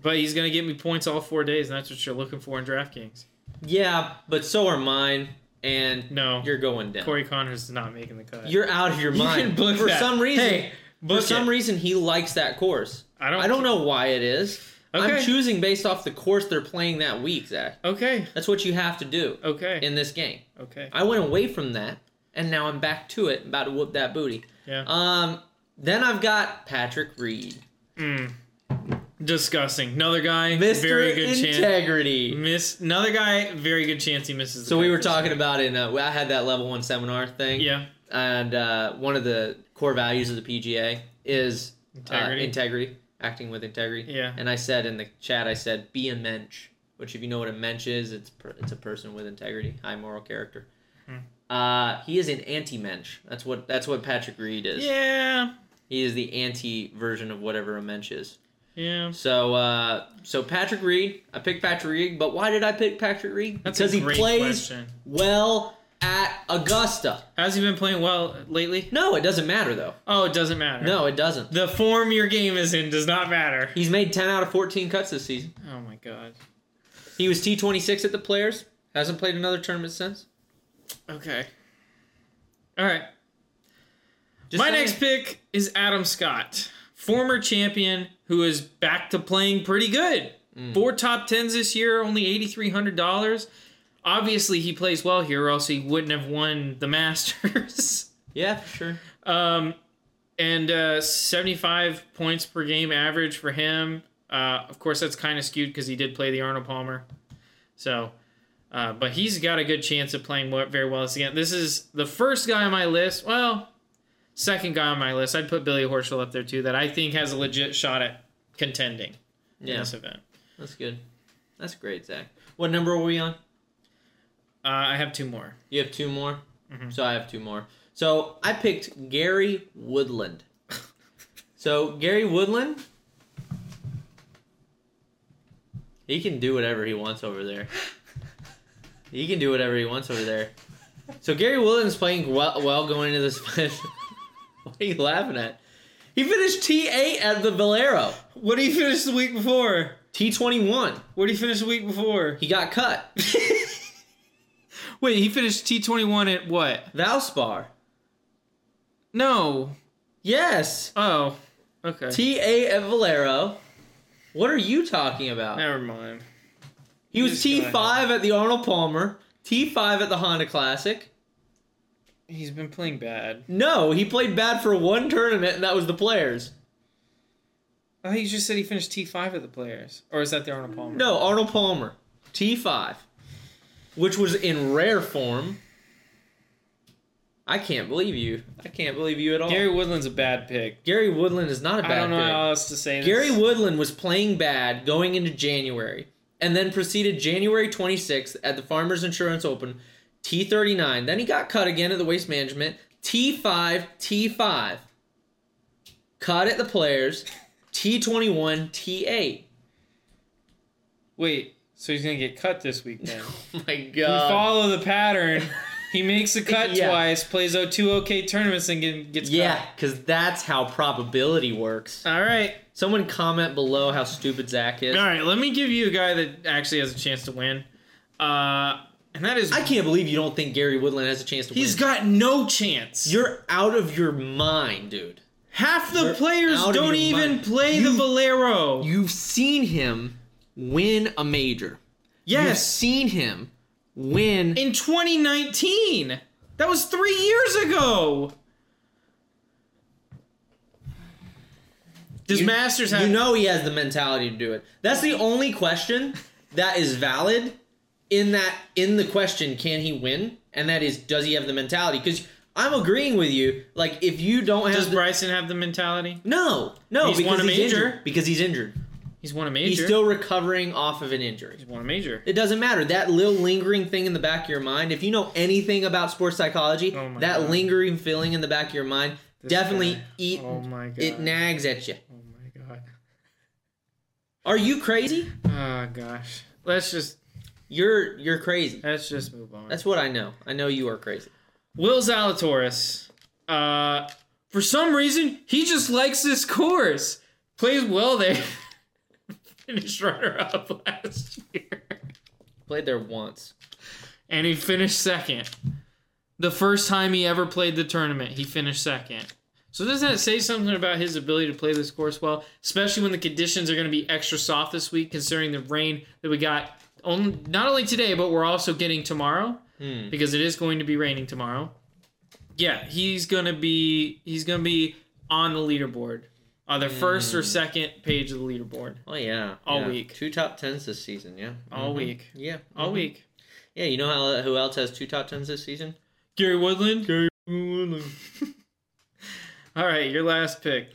Speaker 2: But he's going to give me points all four days, and that's what you're looking for in DraftKings.
Speaker 1: Yeah, but so are mine, and
Speaker 2: No.
Speaker 1: you're going down.
Speaker 2: Corey Connors is not making the cut.
Speaker 1: you're out of your
Speaker 2: You can
Speaker 1: mind.
Speaker 2: book
Speaker 1: for
Speaker 2: that.
Speaker 1: some reason,
Speaker 2: Hey,
Speaker 1: for
Speaker 2: book
Speaker 1: some
Speaker 2: it.
Speaker 1: reason, he likes that course.
Speaker 2: I don't
Speaker 1: I don't know why it is. I'm
Speaker 2: Okay.
Speaker 1: choosing based off the course they're playing that week, Zach.
Speaker 2: Okay.
Speaker 1: That's what you have to do
Speaker 2: Okay.
Speaker 1: in this game.
Speaker 2: okay.
Speaker 1: I went away from that, and now I'm back to it, about to whoop that booty.
Speaker 2: Yeah.
Speaker 1: Um, then I've got Patrick Reed,
Speaker 2: Mm. Disgusting. Another guy.
Speaker 1: Mr.
Speaker 2: Very good chance.
Speaker 1: Integrity.
Speaker 2: Miss another guy. Very good chance he misses. the
Speaker 1: So we
Speaker 2: cut
Speaker 1: were
Speaker 2: this
Speaker 1: talking
Speaker 2: year.
Speaker 1: about in uh, I had that level one seminar thing.
Speaker 2: Yeah.
Speaker 1: and uh, one of the core values of the PGA is integrity.
Speaker 2: Integrity.
Speaker 1: Uh, integrity, acting with integrity.
Speaker 2: Yeah.
Speaker 1: And I said in the chat, I said, "Be a mensch," which if you know what a mensch is, it's per- it's a person with integrity, high moral character.
Speaker 2: Hmm.
Speaker 1: Uh, he is an anti-mensch. That's what that's what Patrick Reed is.
Speaker 2: Yeah.
Speaker 1: He is the anti version of whatever a mensch is.
Speaker 2: Yeah.
Speaker 1: So uh, so Patrick Reed, I picked Patrick Reed, but why did I pick Patrick Reed?
Speaker 2: That's
Speaker 1: because
Speaker 2: a
Speaker 1: he
Speaker 2: great
Speaker 1: plays
Speaker 2: question.
Speaker 1: well at Augusta.
Speaker 2: Has he been playing well lately?
Speaker 1: No, it doesn't matter though.
Speaker 2: Oh, it doesn't matter.
Speaker 1: No, it doesn't.
Speaker 2: The form your game is in does not matter.
Speaker 1: He's made 10 out of 14 cuts this season.
Speaker 2: Oh my god.
Speaker 1: He was T26 at the Players. Hasn't played another tournament since.
Speaker 2: Okay. All right.
Speaker 1: Just
Speaker 2: My
Speaker 1: saying.
Speaker 2: next pick is Adam Scott, former champion who is back to playing pretty good.
Speaker 1: Mm.
Speaker 2: Four top tens this year, only eighty three hundred dollars. Obviously, he plays well here, or else he wouldn't have won the Masters.
Speaker 1: Yeah, for sure.
Speaker 2: Um, and uh, 75 points per game average for him. Uh, of course, that's kind of skewed because he did play the Arnold Palmer. So, Uh, but he's got a good chance of playing wa- very well this again. This is the first guy on my list. Well, second guy on my list. I'd put Billy Horschel up there too. That I think has a legit shot at contending in
Speaker 1: Yeah,
Speaker 2: this event.
Speaker 1: that's good. That's great, Zach. What number are we on?
Speaker 2: Uh, I have two more.
Speaker 1: You have two more? So I have two more. So I picked Gary Woodland. so Gary Woodland, he can do whatever he wants over there. He can do whatever he wants over there. So Gary Woodland's playing well, well going into this. what are you laughing at? He finished T8 at the Valero.
Speaker 2: What did he finish the week before?
Speaker 1: T21.
Speaker 2: What did he finish the week before?
Speaker 1: He got cut.
Speaker 2: Wait, he finished T twenty one at what?
Speaker 1: Valspar.
Speaker 2: No.
Speaker 1: Yes.
Speaker 2: Oh. Okay.
Speaker 1: T.A. at Valero. What are you talking about?
Speaker 2: Never mind.
Speaker 1: He was
Speaker 2: This guy.
Speaker 1: T5 at the Arnold Palmer, T5 at the Honda Classic.
Speaker 2: He's been playing bad.
Speaker 1: No, he played bad for one tournament, and that was the Players.
Speaker 2: I think you just said Oh, he finished T five at the Players, or is that the Arnold Palmer?
Speaker 1: No, Arnold Palmer, T5, which was in rare form. I can't believe you. I can't believe you at all.
Speaker 2: Gary
Speaker 1: Gary,
Speaker 2: Woodland's a bad pick.
Speaker 1: Woodland is not a bad
Speaker 2: I don't know
Speaker 1: pick.
Speaker 2: how else to say this.
Speaker 1: Gary Woodland was playing bad going into January and then proceeded January 26th at the Farmers Insurance Open, T39. Then he got cut again at the Waste Management, T5, T5. Cut at the Players, T21, T8.
Speaker 2: Wait, so he's gonna get cut this week then?
Speaker 1: Oh
Speaker 2: we
Speaker 1: my god.
Speaker 2: follow the pattern. He makes a cut
Speaker 1: Yeah.
Speaker 2: twice, plays o two OK tournaments, and get- gets
Speaker 1: Yeah, because that's how probability works.
Speaker 2: cut. All right.
Speaker 1: Someone comment below how stupid Zach is.
Speaker 2: All right. Let me give you a guy that actually has a chance to win. Uh, and that is.
Speaker 1: I can't believe you don't think Gary Woodland has a chance to
Speaker 2: he's
Speaker 1: win.
Speaker 2: got no chance.
Speaker 1: You're out of your mind, dude.
Speaker 2: Half the
Speaker 1: You're
Speaker 2: players
Speaker 1: out of
Speaker 2: don't
Speaker 1: your
Speaker 2: even
Speaker 1: mind.
Speaker 2: play the
Speaker 1: You-
Speaker 2: Valero.
Speaker 1: You've seen him win a major. You've
Speaker 2: yes.
Speaker 1: seen him win.
Speaker 2: In 2019. That was three years ago. Does
Speaker 1: You-
Speaker 2: Masters have.
Speaker 1: You know he has the mentality to do it. That's the only question that is valid in that in the question can he win? And that is does he have the mentality? Cuz I'm agreeing with you. Like if you don't have
Speaker 2: Does
Speaker 1: the,
Speaker 2: Bryson have the mentality?
Speaker 1: No. No,
Speaker 2: He's
Speaker 1: because
Speaker 2: won a
Speaker 1: he's
Speaker 2: major.
Speaker 1: injured. Because he's injured.
Speaker 2: He's won a major.
Speaker 1: He's still recovering off of an injury.
Speaker 2: He's won a major.
Speaker 1: It doesn't matter. That little lingering thing in the back of your mind, if you know anything about sports psychology,
Speaker 2: Oh my
Speaker 1: that
Speaker 2: God.
Speaker 1: lingering feeling in the back of your mind definitely
Speaker 2: guy.
Speaker 1: eat
Speaker 2: Oh my god.
Speaker 1: it nags at you.
Speaker 2: oh my god.
Speaker 1: Are you crazy?
Speaker 2: Oh gosh. Let's just
Speaker 1: You're you're crazy.
Speaker 2: let's just move on.
Speaker 1: That's what I know. I know you are crazy.
Speaker 2: Will Zalatoris. Uh for some reason, he just likes this course. Plays well there. finished runner up last year.
Speaker 1: Played there once.
Speaker 2: And he finished second. The first time he ever played the tournament, he finished second. So doesn't that say something about his ability to play this course well, especially when the conditions are going to be extra soft this week, considering the rain that we got on, not only today, but we're also getting tomorrow
Speaker 1: Hmm.
Speaker 2: because it is going to be raining tomorrow. Yeah, he's gonna be he's gonna be on the leaderboard, on the first or second page of the leaderboard
Speaker 1: Oh yeah.
Speaker 2: All
Speaker 1: yeah.
Speaker 2: week.
Speaker 1: Two top tens this season. Yeah.
Speaker 2: all
Speaker 1: Mhm.
Speaker 2: week,
Speaker 1: Yeah.
Speaker 2: all week.
Speaker 1: Yeah. You know how who else has two top tens this season?
Speaker 2: Gary Woodland.
Speaker 1: Gary Woodland.
Speaker 2: All right, your last pick.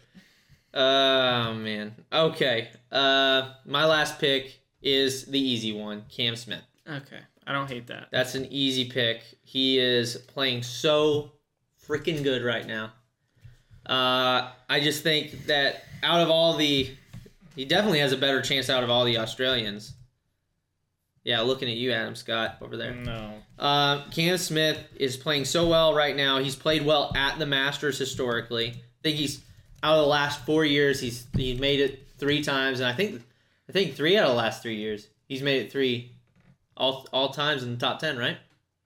Speaker 1: Oh man. Okay. Uh, my last pick is the easy one, Cam Smith.
Speaker 2: Okay, I don't hate that.
Speaker 1: That's an easy pick. He is playing so freaking good right now. Uh, I just think that out of all the, he definitely has a better chance out of all the Australians. Yeah, looking at you, Adam Scott, over there.
Speaker 2: No.
Speaker 1: Uh, Cam Smith is playing so well right now. He's played well at the Masters historically. I think he's out of the last four years. He's he's made it three times, and I think I think three out of the last three years he's made it three all all times in the top ten. Right?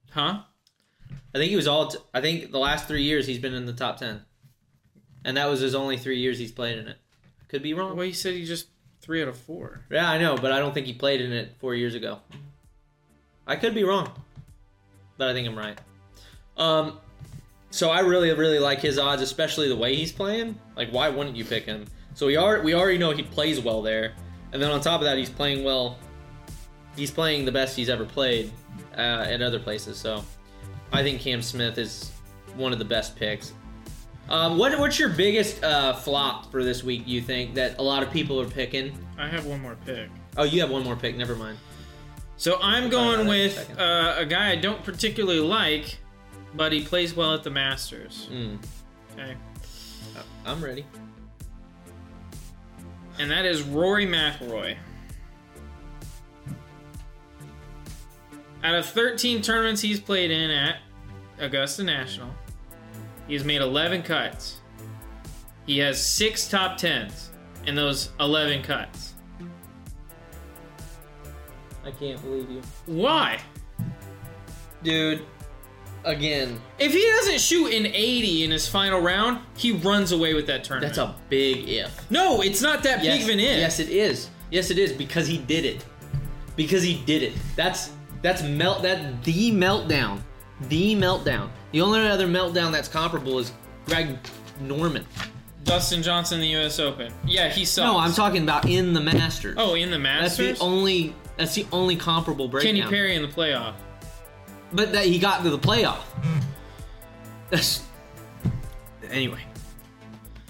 Speaker 2: Huh?
Speaker 1: I think he was all. T- I think the last three years he's been in the top ten, and that was his only three years he's played in it. Could be wrong.
Speaker 2: Well, you said you just three out of four.
Speaker 1: Yeah, I know, but I don't think he played in it four years ago. I could be wrong, but I think I'm right. Um, so I really, really like his odds, especially the way he's playing. Like, why wouldn't you pick him? So we are, we already know he plays well there, and then on top of that, he's playing well. He's playing the best he's ever played uh, at other places. So I think Cam Smith is one of the best picks. Um, what what's your biggest uh, flop for this week? You think that a lot of people are picking?
Speaker 2: I have one more pick.
Speaker 1: Oh, you have one more pick. Never mind.
Speaker 2: So I'm
Speaker 1: talk about
Speaker 2: going
Speaker 1: that in a
Speaker 2: with
Speaker 1: second.
Speaker 2: uh, a guy I don't particularly like, but he plays well at the Masters.
Speaker 1: Mm,
Speaker 2: Okay,
Speaker 1: Uh, I'm ready.
Speaker 2: and that is Rory McIlroy. Out of 13 tournaments he's played in at Augusta National, he's made 11 cuts. He has six top tens in those 11 cuts.
Speaker 1: I can't believe you,
Speaker 2: Why?
Speaker 1: dude. Again,
Speaker 2: If he doesn't shoot an 80 in his final round, he runs away with that tournament.
Speaker 1: that's a big if.
Speaker 2: No, it's not that big of an if.
Speaker 1: Yes, it is. Yes, it is because he did it. Because he did it. That's that's melt. That the meltdown. The meltdown. The only other meltdown that's comparable is Greg Norman.
Speaker 2: Dustin Johnson, the U.S. Open. Yeah, he sucks.
Speaker 1: No, I'm talking about in the Masters.
Speaker 2: Oh, in the
Speaker 1: that's
Speaker 2: Masters.
Speaker 1: the only. That's the only comparable breakdown.
Speaker 2: Kenny Perry in the playoff.
Speaker 1: But that he got to the playoff. That's. Anyway,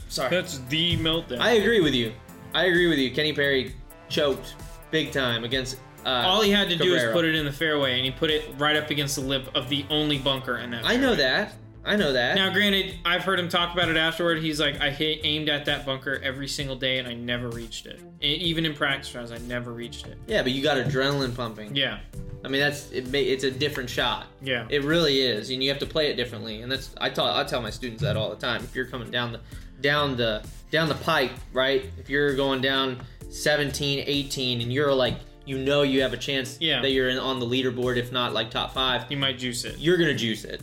Speaker 1: sorry.
Speaker 2: That's the meltdown.
Speaker 1: I agree with you. I agree with you. Kenny Perry choked big time against. Uh,
Speaker 2: All he had to do was
Speaker 1: Cabrera.
Speaker 2: put it in the fairway, and he put it right up against the lip of the only bunker in that.
Speaker 1: I know that. I know that.
Speaker 2: Now, granted, I've heard him talk about it afterward. He's like, I hit, aimed at that bunker every single day, and I never reached it. E- even in practice rounds, I never reached it.
Speaker 1: yeah, but you got adrenaline pumping.
Speaker 2: Yeah,
Speaker 1: I mean, that's it, ma- it's a different shot.
Speaker 2: yeah.
Speaker 1: It really is, and you have to play it differently. And that's I tell I tell my students that all the time. If you're coming down the down the down the pike, right? If you're going down 17, 18, and you're like you know you have a chance
Speaker 2: Yeah.
Speaker 1: that you're in, on the leaderboard, if not like top five,
Speaker 2: you might juice it.
Speaker 1: you're gonna juice it.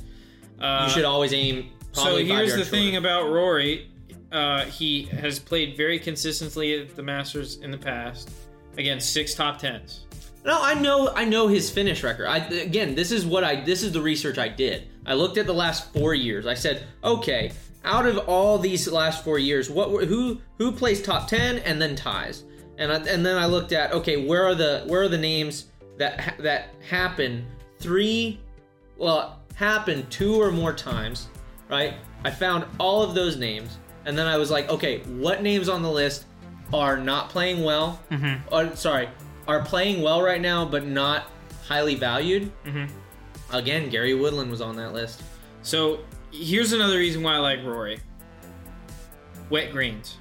Speaker 2: Uh,
Speaker 1: you should always aim.
Speaker 2: So
Speaker 1: Probably
Speaker 2: here's
Speaker 1: five
Speaker 2: the
Speaker 1: yards
Speaker 2: thing
Speaker 1: shorter.
Speaker 2: about Rory. Uh, he has played very consistently at the Masters in the past. Again, six top tens.
Speaker 1: No, I know, I know his finish record. I again, this is what I, this is the research I did. I looked at the last four years. I said, okay, out of all these last four years, what were- who who plays top ten and then ties, and I, and then I looked at okay, where are the where are the names that ha- that happen three, well, happen two or more times, right? I found all of those names, and then I was like, okay, what names on the list are not playing well?
Speaker 2: Mm-hmm.
Speaker 1: or sorry, are playing well right now but not highly valued.
Speaker 2: Mm-hmm.
Speaker 1: Again, Gary Woodland was on that list.
Speaker 2: So here's another reason why I like Rory. Wet greens.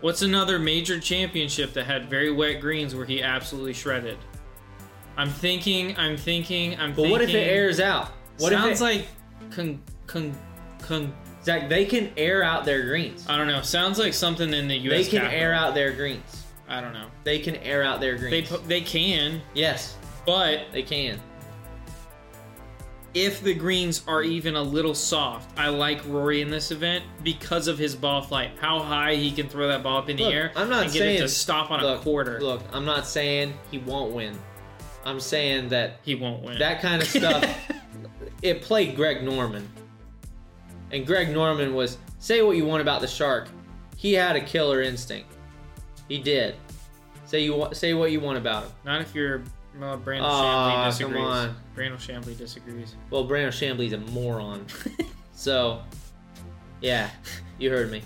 Speaker 2: What's another major championship that had very wet greens where he absolutely shredded? I'm thinking. I'm thinking. I'm.
Speaker 1: But what if it
Speaker 2: thinking-
Speaker 1: airs out? What
Speaker 2: sounds
Speaker 1: if it,
Speaker 2: like con, con, con,
Speaker 1: Zach, they can air out their greens.
Speaker 2: I don't know. Sounds like something in the
Speaker 1: They
Speaker 2: U.S.
Speaker 1: can
Speaker 2: Uh, capital.
Speaker 1: air out their greens.
Speaker 2: I don't know.
Speaker 1: They can air out their
Speaker 2: They
Speaker 1: greens.
Speaker 2: po- they can,
Speaker 1: yes,
Speaker 2: but
Speaker 1: they can.
Speaker 2: if the greens are even a little soft, I like Rory in this event because of his ball flight, how high he can throw that ball up in
Speaker 1: Look,
Speaker 2: the air.
Speaker 1: I'm not
Speaker 2: and get
Speaker 1: saying
Speaker 2: it to stop on
Speaker 1: look,
Speaker 2: a quarter.
Speaker 1: Look, I'm not saying he won't win. I'm saying that
Speaker 2: He won't win.
Speaker 1: that kind of stuff it played Greg Norman. And Greg Norman was say what you want about the shark. He had a killer instinct. He did. Say you wa- say what you want about him.
Speaker 2: not if you're uh, Brandon
Speaker 1: Aw,
Speaker 2: Shambly
Speaker 1: come
Speaker 2: disagrees.
Speaker 1: on.
Speaker 2: Brandon Shambly disagrees.
Speaker 1: Well, Brandon Chambly's a moron. so, yeah, you heard me.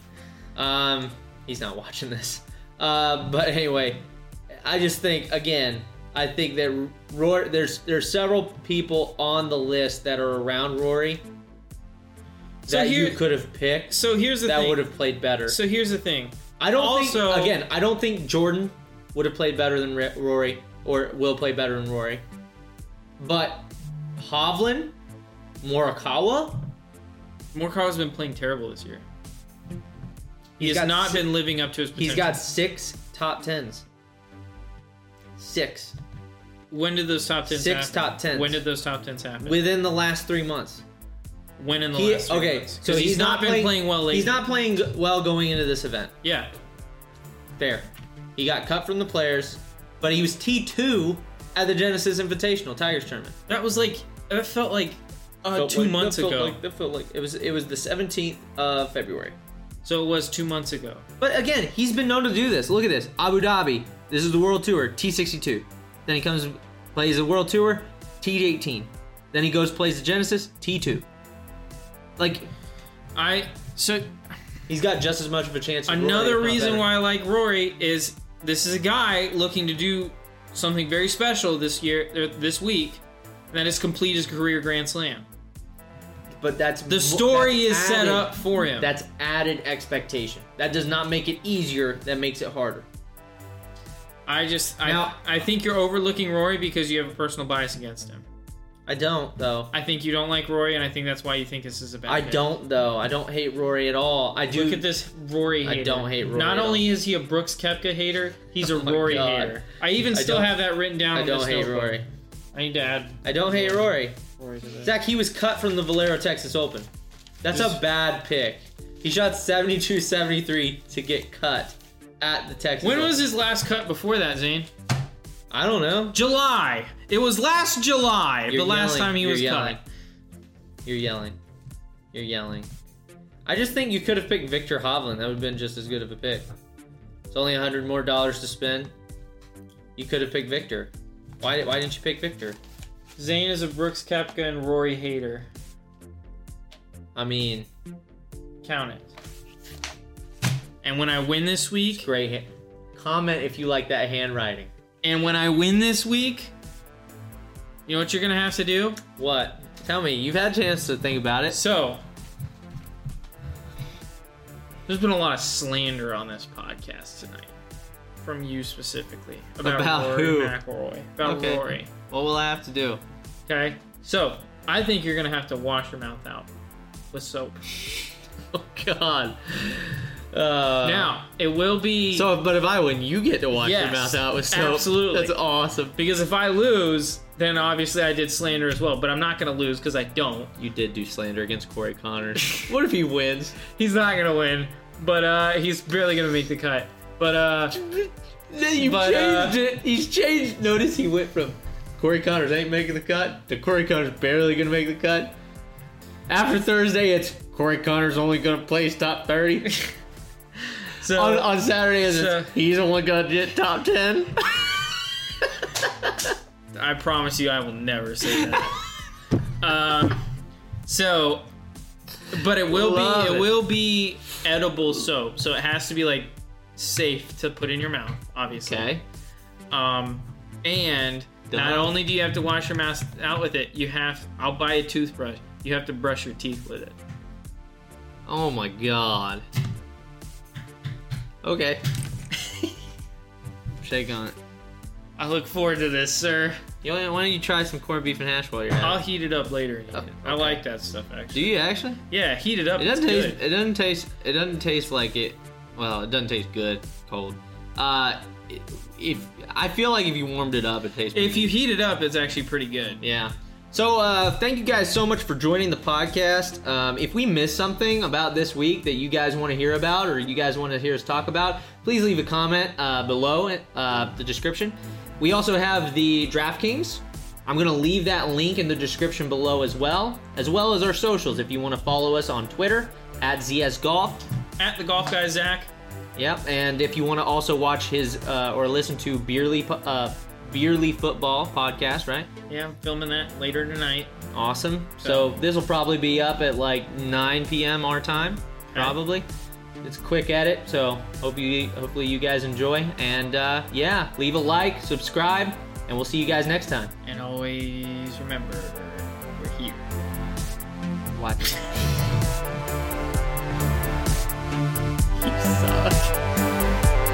Speaker 1: Um, he's not watching this. Uh, but anyway, I just think again, I think that Rory, there's there's several people on the list that are around Rory
Speaker 2: So
Speaker 1: that
Speaker 2: here-
Speaker 1: you could have picked.
Speaker 2: So here's the
Speaker 1: that
Speaker 2: thing.
Speaker 1: would have played better.
Speaker 2: So here's the thing.
Speaker 1: I don't
Speaker 2: also-
Speaker 1: think again. I don't think Jordan would have played better than Ra- Rory or will play better than Rory. But Hovland, Morikawa,
Speaker 2: Morikawa's been playing terrible this year. He
Speaker 1: he's
Speaker 2: has
Speaker 1: got
Speaker 2: not
Speaker 1: si-
Speaker 2: been living up to his potential.
Speaker 1: He's got six top tens. Six
Speaker 2: When did those top tens
Speaker 1: Six
Speaker 2: happen?
Speaker 1: top tens.
Speaker 2: When did those top tens happen?
Speaker 1: within the last three months.
Speaker 2: when in the
Speaker 1: He-
Speaker 2: last three
Speaker 1: okay,
Speaker 2: months?
Speaker 1: so
Speaker 2: 'Cause
Speaker 1: he's, not,
Speaker 2: been playing, well lately.
Speaker 1: He's not playing g- well going into this event.
Speaker 2: Yeah,
Speaker 1: Fair. He got cut from the players, but he was T two at the Genesis Invitational Tigers tournament.
Speaker 2: that was like that felt like uh,
Speaker 1: Felt
Speaker 2: two
Speaker 1: like-
Speaker 2: months
Speaker 1: that felt
Speaker 2: ago.
Speaker 1: like- that felt like- it was it was the 17th of February.
Speaker 2: so it was two months ago.
Speaker 1: But again, he's been known to do this. Look at this, Abu Dhabi. This is the World Tour T62. Then he comes plays the World Tour, T18. Then he goes plays the Genesis, T2. Like
Speaker 2: I so
Speaker 1: he's got just as much of a chance. as Rory,
Speaker 2: another
Speaker 1: if not
Speaker 2: reason
Speaker 1: better.
Speaker 2: why I like Rory is this is a guy looking to do something very special this year, er, this week, and that is complete his career Grand Slam.
Speaker 1: But that's mo-
Speaker 2: The story
Speaker 1: that's
Speaker 2: is set
Speaker 1: added-
Speaker 2: up for him.
Speaker 1: That's added expectation. That does not make it easier. That makes it harder.
Speaker 2: I just I
Speaker 1: Now-
Speaker 2: I think you're overlooking Rory because you have a personal bias against him.
Speaker 1: I don't though.
Speaker 2: I think you don't like Rory, and I think that's why you think this is a bad.
Speaker 1: I
Speaker 2: pick.
Speaker 1: don't though. I don't hate Rory at all. I do.
Speaker 2: Look at this Rory
Speaker 1: I
Speaker 2: hater.
Speaker 1: don't hate Rory
Speaker 2: Not
Speaker 1: at Oh
Speaker 2: only is he a Brooks Kepka hater, he's a
Speaker 1: my
Speaker 2: Rory
Speaker 1: God.
Speaker 2: hater. I even
Speaker 1: I
Speaker 2: still
Speaker 1: don't-
Speaker 2: have that written down.
Speaker 1: I
Speaker 2: on
Speaker 1: don't
Speaker 2: this
Speaker 1: hate
Speaker 2: notebook.
Speaker 1: Rory.
Speaker 2: I need to add
Speaker 1: I don't hate Rory.
Speaker 2: Rory to this.
Speaker 1: Zach, he was cut from the Valero Texas Open. That's a
Speaker 2: Just-
Speaker 1: bad pick. He shot 72 73 to get cut at the Texas
Speaker 2: When
Speaker 1: Open.
Speaker 2: was his last cut before that, Zane?
Speaker 1: I don't know.
Speaker 2: July. It was last July,
Speaker 1: You're
Speaker 2: the last
Speaker 1: yelling.
Speaker 2: time he
Speaker 1: You're
Speaker 2: was
Speaker 1: yelling.
Speaker 2: cut.
Speaker 1: You're yelling. You're yelling. I just think you could have picked Victor Hovland. That would have been just as good of a pick. It's only 100 more dollars to spend. You could have picked Victor. Why, why didn't you pick Victor?
Speaker 2: Zane is a Brooks Kepka and Rory hater.
Speaker 1: I mean,
Speaker 2: Count it. And when I win this week,
Speaker 1: great. Ha- Comment if you like that handwriting.
Speaker 2: and when I win this week, you know what you're gonna have to do?
Speaker 1: What? Tell me. You've had a chance to think about it.
Speaker 2: So, there's been a lot of slander on this podcast tonight, from you specifically about,
Speaker 1: About
Speaker 2: Rory
Speaker 1: who?
Speaker 2: McIlroy, about
Speaker 1: Okay.
Speaker 2: Rory.
Speaker 1: What will I have to do?
Speaker 2: Okay, so I think you're gonna have to wash your mouth out with soap.
Speaker 1: Oh God. Uh,
Speaker 2: now it will be
Speaker 1: So, but if I win, you get to wash your
Speaker 2: Yes,
Speaker 1: mouth out with soap.
Speaker 2: absolutely.
Speaker 1: That's awesome.
Speaker 2: because if I lose, then obviously I did slander as well. But I'm not gonna lose because I don't.
Speaker 1: You did do slander against Corey Connors. what if he wins?
Speaker 2: He's not gonna win, but uh, he's barely gonna make the cut. But uh,
Speaker 1: Then you
Speaker 2: But, uh,
Speaker 1: changed it. He's changed. Notice he went from Corey Connors ain't making the cut to Corey Connors barely gonna make the cut. After Thursday, it's Corey Connors only gonna place top thirty.
Speaker 2: so
Speaker 1: on, on Saturday, it's
Speaker 2: so-
Speaker 1: he's only gonna get top ten.
Speaker 2: I promise you, I will never say that. um, so, but it will
Speaker 1: Love
Speaker 2: be it,
Speaker 1: it.
Speaker 2: will be edible soap, so it has to be like safe to put in your mouth, obviously. Um, and not
Speaker 1: Done.
Speaker 2: only do you have to wash your mouth out with it, you have I'll buy a toothbrush. You have to brush your teeth with it.
Speaker 1: Oh my god. Okay. Shake on it.
Speaker 2: I look forward to this, sir.
Speaker 1: You know, why don't you try some corned beef and hash while you're at
Speaker 2: I'll
Speaker 1: it?
Speaker 2: heat it up later. and eat
Speaker 1: Oh,
Speaker 2: it. I
Speaker 1: okay.
Speaker 2: like that stuff
Speaker 1: Do
Speaker 2: actually.
Speaker 1: you actually?
Speaker 2: Yeah, heat it up.
Speaker 1: It doesn't
Speaker 2: it's
Speaker 1: taste.
Speaker 2: good.
Speaker 1: It doesn't taste. It doesn't taste like it. Well, it doesn't taste good cold. Uh, i- if I feel like if you warmed it up, it tastes.
Speaker 2: If
Speaker 1: pretty
Speaker 2: you heat it up, it's actually pretty good.
Speaker 1: Yeah. So uh, thank you guys so much for joining the podcast. Um, if we missed something about this week that you guys want to hear about or you guys want to hear us talk about, please leave a comment uh, below uh, the description. We also have the DraftKings. I'm going to leave that link in the description below as well, as well as our socials if you want to follow us on Twitter at ZS Golf.
Speaker 2: At the golf guy Zach.
Speaker 1: Yep, and if you want to also watch his uh, or listen to Beerly, po- uh, Beerly Football podcast, right?
Speaker 2: Yeah, I'm filming that later tonight.
Speaker 1: Awesome. So this will probably be up at like 9 p.m. our time, probably. It's quick at it, so hope you hopefully you guys enjoy. And uh, yeah, leave a like, subscribe, and we'll see you guys next time.
Speaker 2: And always remember, we're here.
Speaker 1: Watch.
Speaker 2: You suck.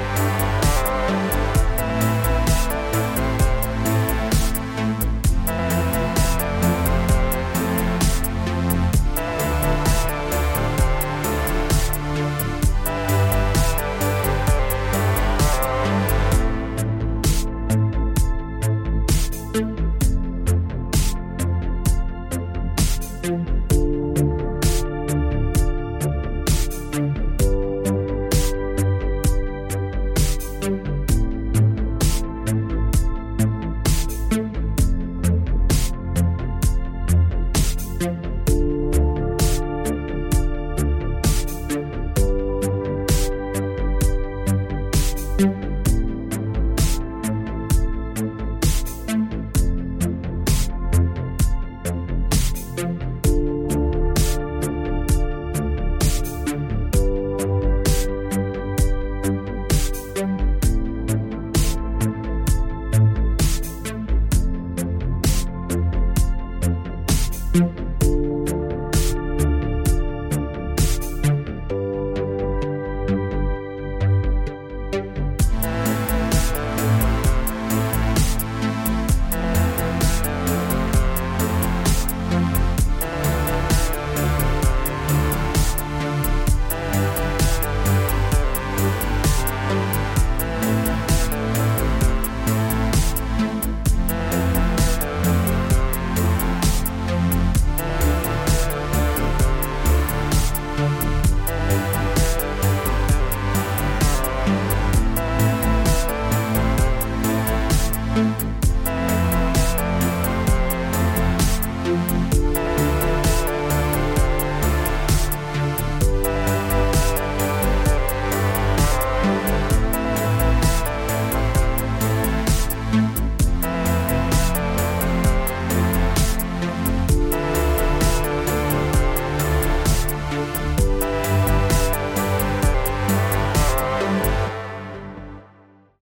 Speaker 1: Bye.